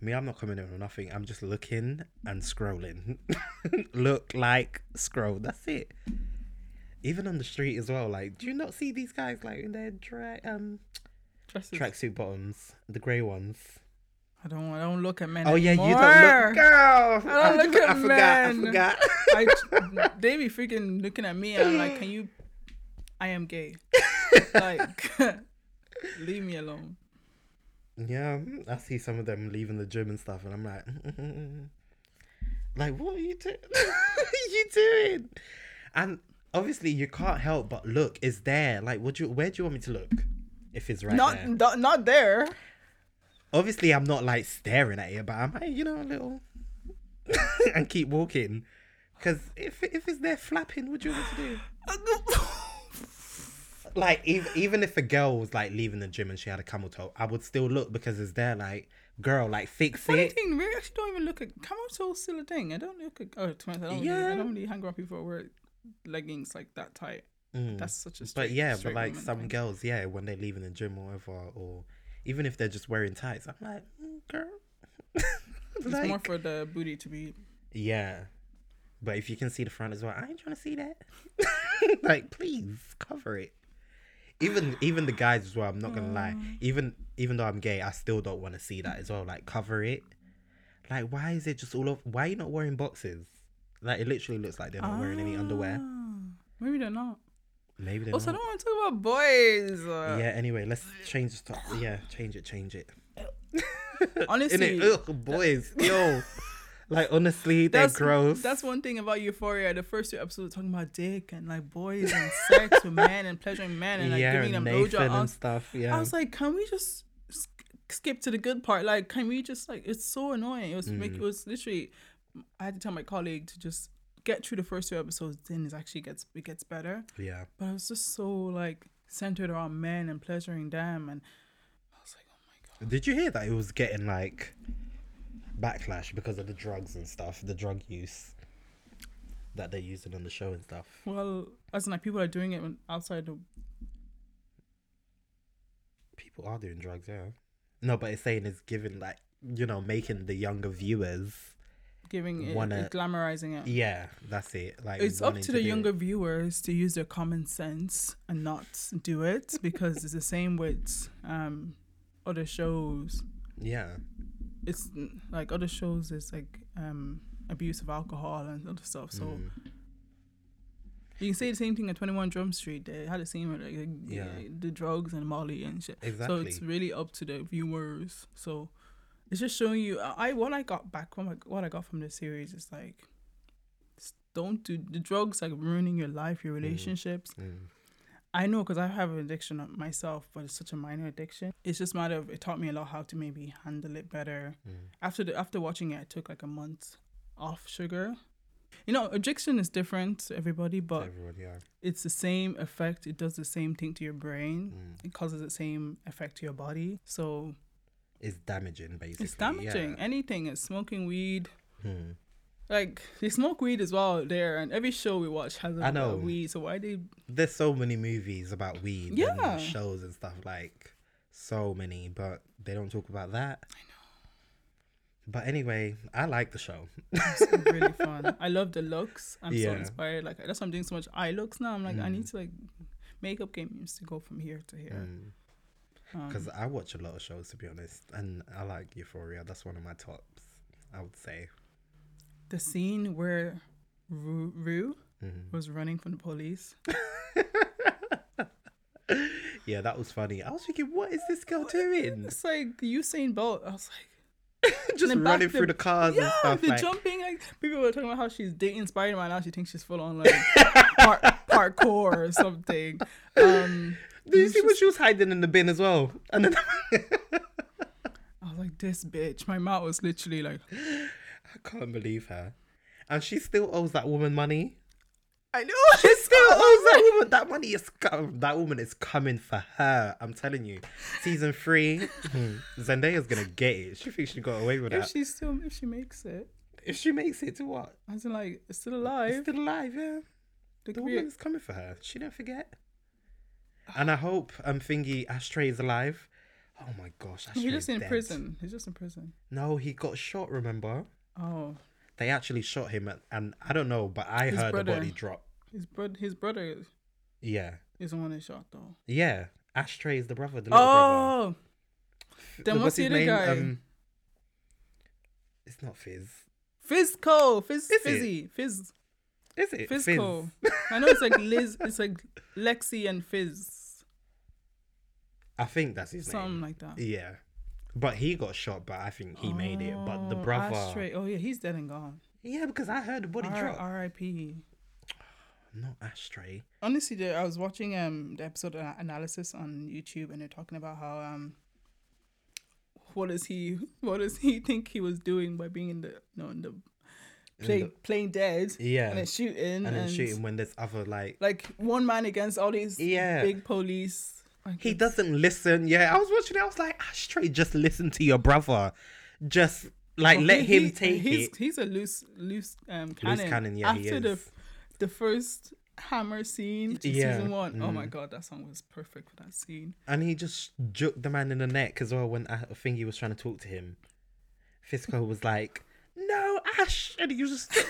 S2: Me, I'm not commenting on nothing. I'm just looking and scrolling. Look, like, scroll. That's it. Even on the street as well. Like, do you not see these guys like in their dry um
S1: Dresses.
S2: tracksuit bottoms, the grey ones?
S1: I don't. I don't look at men.
S2: Oh yeah, you don't
S1: anymore.
S2: look, girl.
S1: I don't Oh, look at
S2: I forgot.
S1: men.
S2: I forgot.
S1: I, they be freaking looking at me. and I'm like, can you? I am gay. like, leave me alone.
S2: Yeah, mm, I see some of them leaving the gym and stuff, and I'm like, like, what are you doing? are you doing? And obviously, you can't help but look. It's there. Like, what do you? Where do you want me to look? If it's right
S1: Not,
S2: there.
S1: not, not there.
S2: Obviously, I'm not like staring at it, but I'm like, you know, a little, and keep walking. Because if if it's there flapping, what do you want me to do? like even, even if a girl was like leaving the gym and she had a camel toe, I would still look because it's there. Like, girl, like fix
S1: Funny
S2: it.
S1: thing, we actually don't even look at camel toe's still a thing. I don't look at. Oh, to be honest, I don't. Really,
S2: Yeah.
S1: I don't really hang around people who wear leggings like that tight.
S2: Mm.
S1: That's such a. Straight,
S2: But yeah, but
S1: straight
S2: like
S1: woman
S2: some
S1: thing.
S2: girls, yeah, when they're leaving the gym or whatever, or even if they're just wearing tights, I'm like, mm, girl.
S1: It's more
S2: Like,
S1: for the booty to be
S2: yeah. But if you can see the front as well, I ain't trying to see that. like, please cover it. Even even the guys as well. I'm not gonna lie.
S1: Mm.
S2: Even even though I'm gay, I still don't want to see that as well. Like, cover it. Like, why is it just all of? Why are you not wearing boxes? Like, it literally looks like they're not wearing any underwear.
S1: Ah, Maybe they're not.
S2: Maybe they're
S1: Also, I
S2: not.
S1: don't want to talk about boys. Uh,
S2: Mm. Yeah. Anyway, let's change the stuff. Yeah, change it. Change it.
S1: Honestly,
S2: Innit? Ugh, boys, yo, like honestly, they're
S1: that's
S2: gross.
S1: That's one thing about Euphoria. The first two episodes talking about dick and like boys and sex with men and pleasuring men and like
S2: yeah,
S1: giving them
S2: and Nathan
S1: blowjob.
S2: and
S1: I was-
S2: stuff. Yeah,
S1: I was like, can we just sk- skip to the good part? Like, can we just like? It's so annoying. It was
S2: Mm.
S1: make, it was literally. I had to tell my colleague to just get through the first two episodes. Then it actually gets it gets better.
S2: yeah,
S1: but I was just so like centered around men and pleasuring them, and I was like, oh my god.
S2: did you hear that it was getting like backlash because of the drugs and stuff, the drug use that they're using on the show and stuff?
S1: Well, as in like people are doing it when outside the
S2: People are doing drugs, yeah. No, but it's saying it's giving like you know making the younger viewers.
S1: giving it,
S2: Wanna-
S1: it glamorizing it.
S2: Yeah, that's it. Like
S1: It's up
S2: wanting
S1: to the
S2: do it.
S1: younger viewers to use their common sense and not do it because it's the same with um other shows.
S2: Yeah,
S1: It's mm, like other shows is like um abuse of alcohol and other stuff. So.
S2: Mm.
S1: You can say the same thing at 21 Drum Street. They had the same, like, like,
S2: Yeah.
S1: the drugs and Molly and shit.
S2: exactly.
S1: So it's really up to the viewers. So it's just showing you. I I- what I got back from like, what I got from the series is like, s- don't do the drugs like ruining your life, your relationships.
S2: Mm.
S1: I know because I have an addiction of myself, but it's such a minor addiction. It's just a matter of it taught me a lot how to maybe handle it better.
S2: Mm.
S1: After the after watching it, I took like a month off sugar. You know, addiction is different to everybody, but
S2: Everyone, yeah.
S1: it's the same effect. It does the same thing to your brain.
S2: Mm.
S1: It causes the same effect to your body. So
S2: It's damaging, basically.
S1: it's damaging. Anything. It's smoking weed.
S2: Yeah. Mm.
S1: Like they smoke weed as well there, and every show we watch has a
S2: I
S1: a
S2: know.
S1: weed. So why they?
S2: there's so many movies about weed
S1: Yeah.
S2: and shows and stuff like so many but they don't talk about that i know but anyway i like the show
S1: It's really fun. I love the looks. I'm so
S2: Yeah. Mm.
S1: inspired. Like that's why I'm doing so much eye looks now. I'm like I need to like makeup game needs to go from here to here. Um.
S2: because i watch a lot of shows to be honest and i like euphoria that's one of my tops i would say
S1: The scene where Rue, Rue
S2: Mhm.
S1: was running from the police.
S2: yeah that was funny i was thinking what is this girl doing
S1: It's like Usain Bolt. I was like,
S2: just
S1: then back
S2: running
S1: the-
S2: through the cars
S1: yeah,
S2: and stuff.
S1: the
S2: like,
S1: jumping. Like, people were talking about how she's dating Spider Man. Now she thinks she's full on like par- parkour or something. Um,
S2: Did you see what she was hiding in the bin as well? And then
S1: I was like, this bitch. My mouth was literally like,
S2: I can't believe her. And she still owes that woman money.
S1: I know.
S2: She still owes that woman. That money is com- that woman is coming for her. I'm telling you. Season three, hmm, Zendaya's gonna get it. She thinks she got away with
S1: if
S2: that.
S1: she still, if she makes it,
S2: if she makes it to what?
S1: I was like, it's still
S2: It's
S1: alive.
S2: still alive, yeah.
S1: The
S2: The
S1: career-
S2: woman's coming for her. She don't forget. And I hope um thingy Ashtray is alive. Oh my gosh, Ashtray's
S1: He's just in
S2: dead.
S1: prison. He's just in prison.
S2: No, he got shot. Remember,
S1: Oh,
S2: they actually shot him, at, and I don't know, but I
S1: His
S2: heard
S1: brother.
S2: a body drop.
S1: his brother, his brother
S2: Yeah,
S1: is the one that shot though.
S2: yeah. Ashtray is the brother. The little brother.
S1: Oh, then what's the
S2: his
S1: other
S2: name? Um,
S1: guy?
S2: it's not Fizz.
S1: Fizzco, Fizz,
S2: Is it?
S1: Fizzy, Fizz,
S2: Is it Fizz?
S1: Fizzco. I know it's like Liz, it's like Lexi and Fizz,
S2: I think that's his
S1: something
S2: name.
S1: like that.
S2: Yeah, but he got shot. But I think he made it. But the
S1: Oh,
S2: brother.
S1: Ashtray. Oh yeah, he's dead and gone.
S2: Yeah, because I heard the body drop.
S1: R- R.I.P.
S2: Not Ashtray.
S1: Honestly, though, I was watching um the episode ana- analysis on YouTube, and they're talking about how um what is he what does he think he was doing by being in the no in the play,
S2: the-
S1: playing dead
S2: Yeah.
S1: and then shooting and,
S2: and then shooting when there's other like
S1: like one man against all these
S2: Yeah.
S1: big police. Like, uh,
S2: he doesn't listen. Yeah, I was watching it. I was like, Ashtray, just listen to your brother. Just like
S1: Well,
S2: let
S1: he-
S2: him
S1: he-
S2: take
S1: he's,
S2: it.
S1: He's a loose, loose um, cannon.
S2: cannon, yeah,
S1: After
S2: he
S1: the
S2: is.
S1: the first hammer scene, in
S2: Yeah, Mm.
S1: season one. Oh my god, that song was perfect for that scene.
S2: And he just juked the man in the neck as well when I I think he was trying to talk to him. Fisco was like, No, Ash and he was just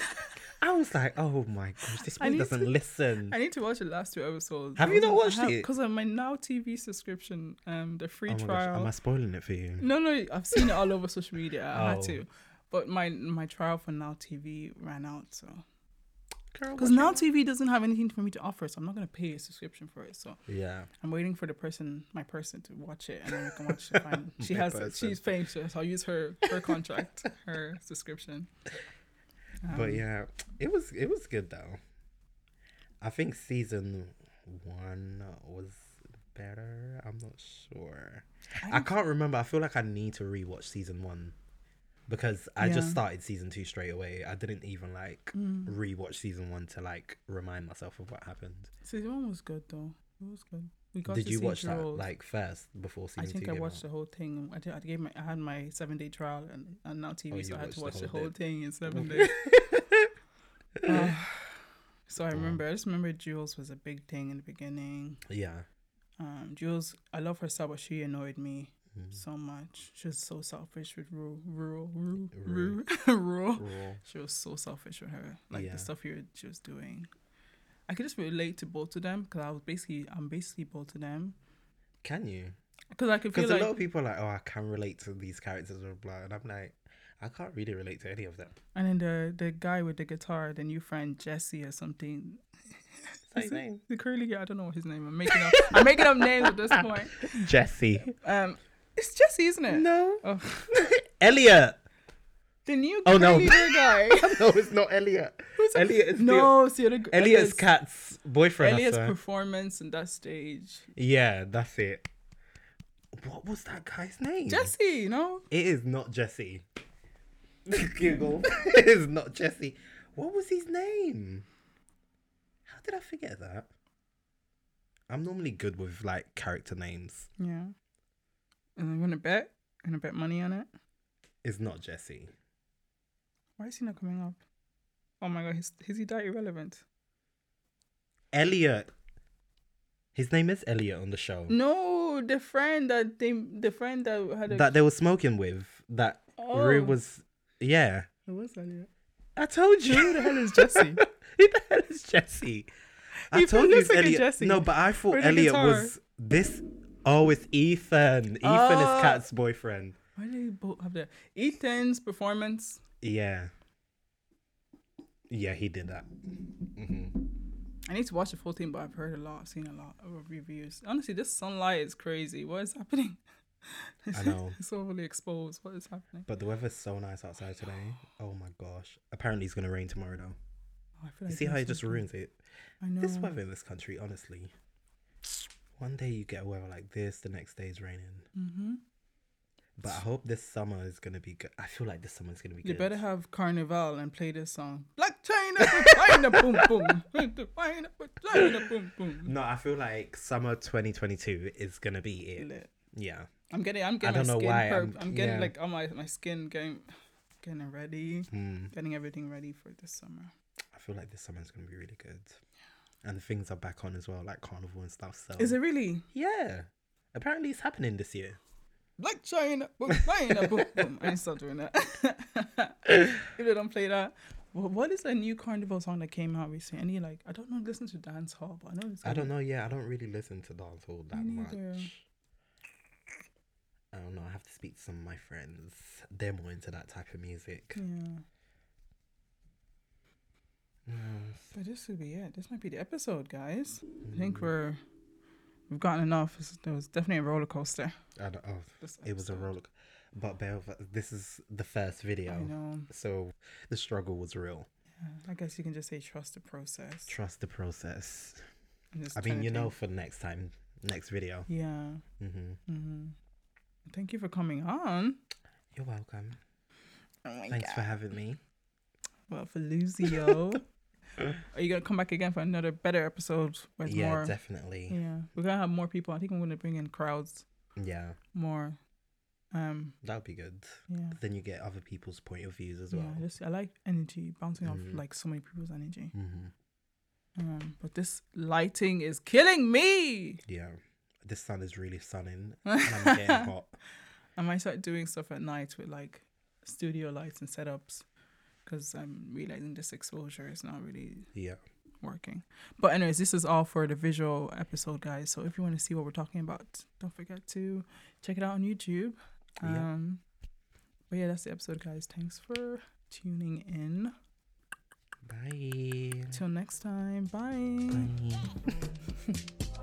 S2: I was like, Oh my gosh, this
S1: I
S2: man
S1: need
S2: doesn't
S1: to-
S2: listen.
S1: I need to watch the last two episodes.
S2: Have you not watched it?
S1: Because of my Now TV subscription, um, the free
S2: oh my gosh,
S1: trial.
S2: am I spoiling it for you?
S1: No, no, I've seen it all over social media. I
S2: Oh.
S1: had to, but my my trial for Now TV ran out. So
S2: Girl,
S1: because
S2: watch
S1: Now TV doesn't have anything for me to offer, so I'm not gonna pay a subscription for it. So
S2: it. Yeah.
S1: I'm waiting for the person, my person, to watch it, and then I can watch it. Fine. She
S2: My
S1: has,
S2: person.
S1: she's paying, so I'll use her her contract, her subscription.
S2: but
S1: Um,
S2: yeah, it was it was good though. I think season one was better. I'm not sure. I, can't remember. I feel like I need to rewatch season one because I just
S1: Yeah. Mm.
S2: started season two straight away. I didn't even like rewatch season one to like remind myself of what happened.
S1: Season one was good though. It was good. We got
S2: Did
S1: to
S2: you
S1: see
S2: watch
S1: Gerald.
S2: that like first before
S1: I
S2: season
S1: think
S2: two?
S1: I
S2: came
S1: watched
S2: out?
S1: the whole thing. I, did, I gave my I had my seven day trial and, and now TV,
S2: Oh,
S1: so
S2: you
S1: I had to watch
S2: watched
S1: the
S2: the
S1: whole,
S2: whole
S1: thing in seven days. Ah. so I remember. I just remember Jules was a big thing in the beginning.
S2: Yeah.
S1: Um, Jules, I love her so, but she annoyed me
S2: Mm.
S1: so much. She was so selfish with Rue, Rue, Rue, Rue, Rue.
S2: Raw.
S1: She was so selfish with her, like
S2: Yeah.
S1: the stuff you were, she was doing. I could just relate to both of them because I was basically, I'm basically both of them.
S2: Can you?
S1: Because I could feel
S2: Because
S1: like
S2: a lot of people are like, oh, I can relate to these characters or blah, and I'm like, I can't really relate to any of them.
S1: And then the the guy with the guitar, the new friend Jesse or something.
S2: What's his name?
S1: The curly guy, I don't know what his name. I'm making up. I'm making up names at this point.
S2: Jesse.
S1: Um, it's Jesse, isn't it?
S2: No.
S1: Oh,
S2: Elliot.
S1: the new
S2: Oh,
S1: curly
S2: no.
S1: hair guy.
S2: no, it's not Elliot.
S1: Who's-
S2: Elliot is no.
S1: no, it's the other g-
S2: Elliot's cat's boyfriend.
S1: Elliot's
S2: I swear.
S1: performance in that stage.
S2: yeah, that's it. What was that guy's name?
S1: Jesse, you know,
S2: It is not Jesse. Google. it is not Jesse. What was his name? How did I forget that? I'm normally good with like character names.
S1: yeah. And I'm gonna bet. I'm gonna bet money on it.
S2: It's not Jesse.
S1: Why is he not coming up? Oh my god, is, is he that irrelevant?
S2: Elliot. His name is Elliot on the show.
S1: No, the friend that they, the friend that had a
S2: that they were smoking with that Rue
S1: Oh.
S2: was yeah.
S1: It was Elliot.
S2: I told you.
S1: Who the hell is Jesse?
S2: Who the hell is Jesse? I
S1: He
S2: told you
S1: looks
S2: it's
S1: like a
S2: Elliot.
S1: Jesse.
S2: No, but I thought
S1: With a
S2: Elliot
S1: guitar.
S2: was this. Oh, it's Ethan. Ethan
S1: Oh.
S2: is Kat's boyfriend.
S1: Why do you both have that? Ethan's performance.
S2: Yeah. Yeah, he did that. hmm
S1: I need to watch the full thing, but I've heard a lot, seen a lot of reviews. Honestly, this sunlight is crazy. What is happening?
S2: I know.
S1: It's overly exposed. What is happening?
S2: But the weather's so nice outside today. Oh my gosh. Apparently it's gonna rain tomorrow though.
S1: Oh, I feel
S2: You
S1: like
S2: see how
S1: there's
S2: it just
S1: something-
S2: ruins it?
S1: I know.
S2: This weather in this country, honestly. One day you get a weather like this, the next day it's raining.
S1: Mhm.
S2: But I hope this summer is gonna be good. I feel like this summer is gonna be
S1: You
S2: good.
S1: better have Carnival and play this song. Black China, China, boom, boom. China, China, boom, boom.
S2: no, I feel like summer 2022 is gonna be it. Yeah.
S1: I'm getting, I'm getting
S2: don't
S1: my
S2: know
S1: skin
S2: why,
S1: perp. I'm,
S2: I'm-
S1: getting
S2: yeah.
S1: like on my, my skin getting, getting ready,
S2: Mm.
S1: getting everything ready for this summer.
S2: I feel like this summer's gonna be really good. And things are back on as well, like carnival and stuff. So
S1: Is it really?
S2: Yeah. Apparently it's happening this year.
S1: Black China, boom, China, boom, boom. I ain't stop doing that. if they don't play that. Wh- What is a new carnival song that came out recently? Any like I don't know, listen to dance hall, but I know this.
S2: I don't know. Yeah, I don't really listen to dancehall that
S1: Mm. Me
S2: much.
S1: neither.
S2: I don't know. I have to speak to some of my friends. They're more into that type of music.
S1: Yeah,
S2: Mm.
S1: but this would be it. This might be the episode, guys.
S2: Hmm.
S1: I think we're we've gotten enough. It's- There was definitely a roller coaster.
S2: I don't, oh,
S1: This
S2: it was a
S1: episode.
S2: roller. co- But Belle, this is the first
S1: I
S2: video,
S1: know.
S2: so the struggle was real.
S1: Yeah. I guess you can just say trust the process.
S2: Trust the process.
S1: and just
S2: I
S1: kinda
S2: mean, you know,
S1: think-
S2: for next time, next video.
S1: Yeah.
S2: Mm-hmm.
S1: hmm Thank you for coming on.
S2: You're welcome.
S1: Oh my
S2: Thanks for having me.
S1: Well, for Luzio. Are you gonna come back again for another better episode with
S2: yeah,
S1: more?
S2: definitely.
S1: Yeah, we're gonna have more people. I think I'm gonna bring in crowds
S2: yeah,
S1: more. Um,
S2: that would be good.
S1: yeah,
S2: Then you get other people's point of views as well.
S1: yeah. I Just I like energy bouncing off
S2: Mhm.
S1: like so many people's energy.
S2: mm-hmm.
S1: Um, but this lighting is killing me.
S2: Yeah. The sun is really sunning and I'm getting hot.
S1: I might start doing stuff at night with like studio lights and setups because I'm realizing this exposure is not really
S2: Yeah.
S1: working. But anyways, this is all for the visual episode, guys. So if you want to see what we're talking about, don't forget to check it out on YouTube.
S2: Yeah.
S1: Um But yeah, that's the episode, guys. Thanks for tuning in.
S2: Bye.
S1: Till next time. Bye.
S2: Bye.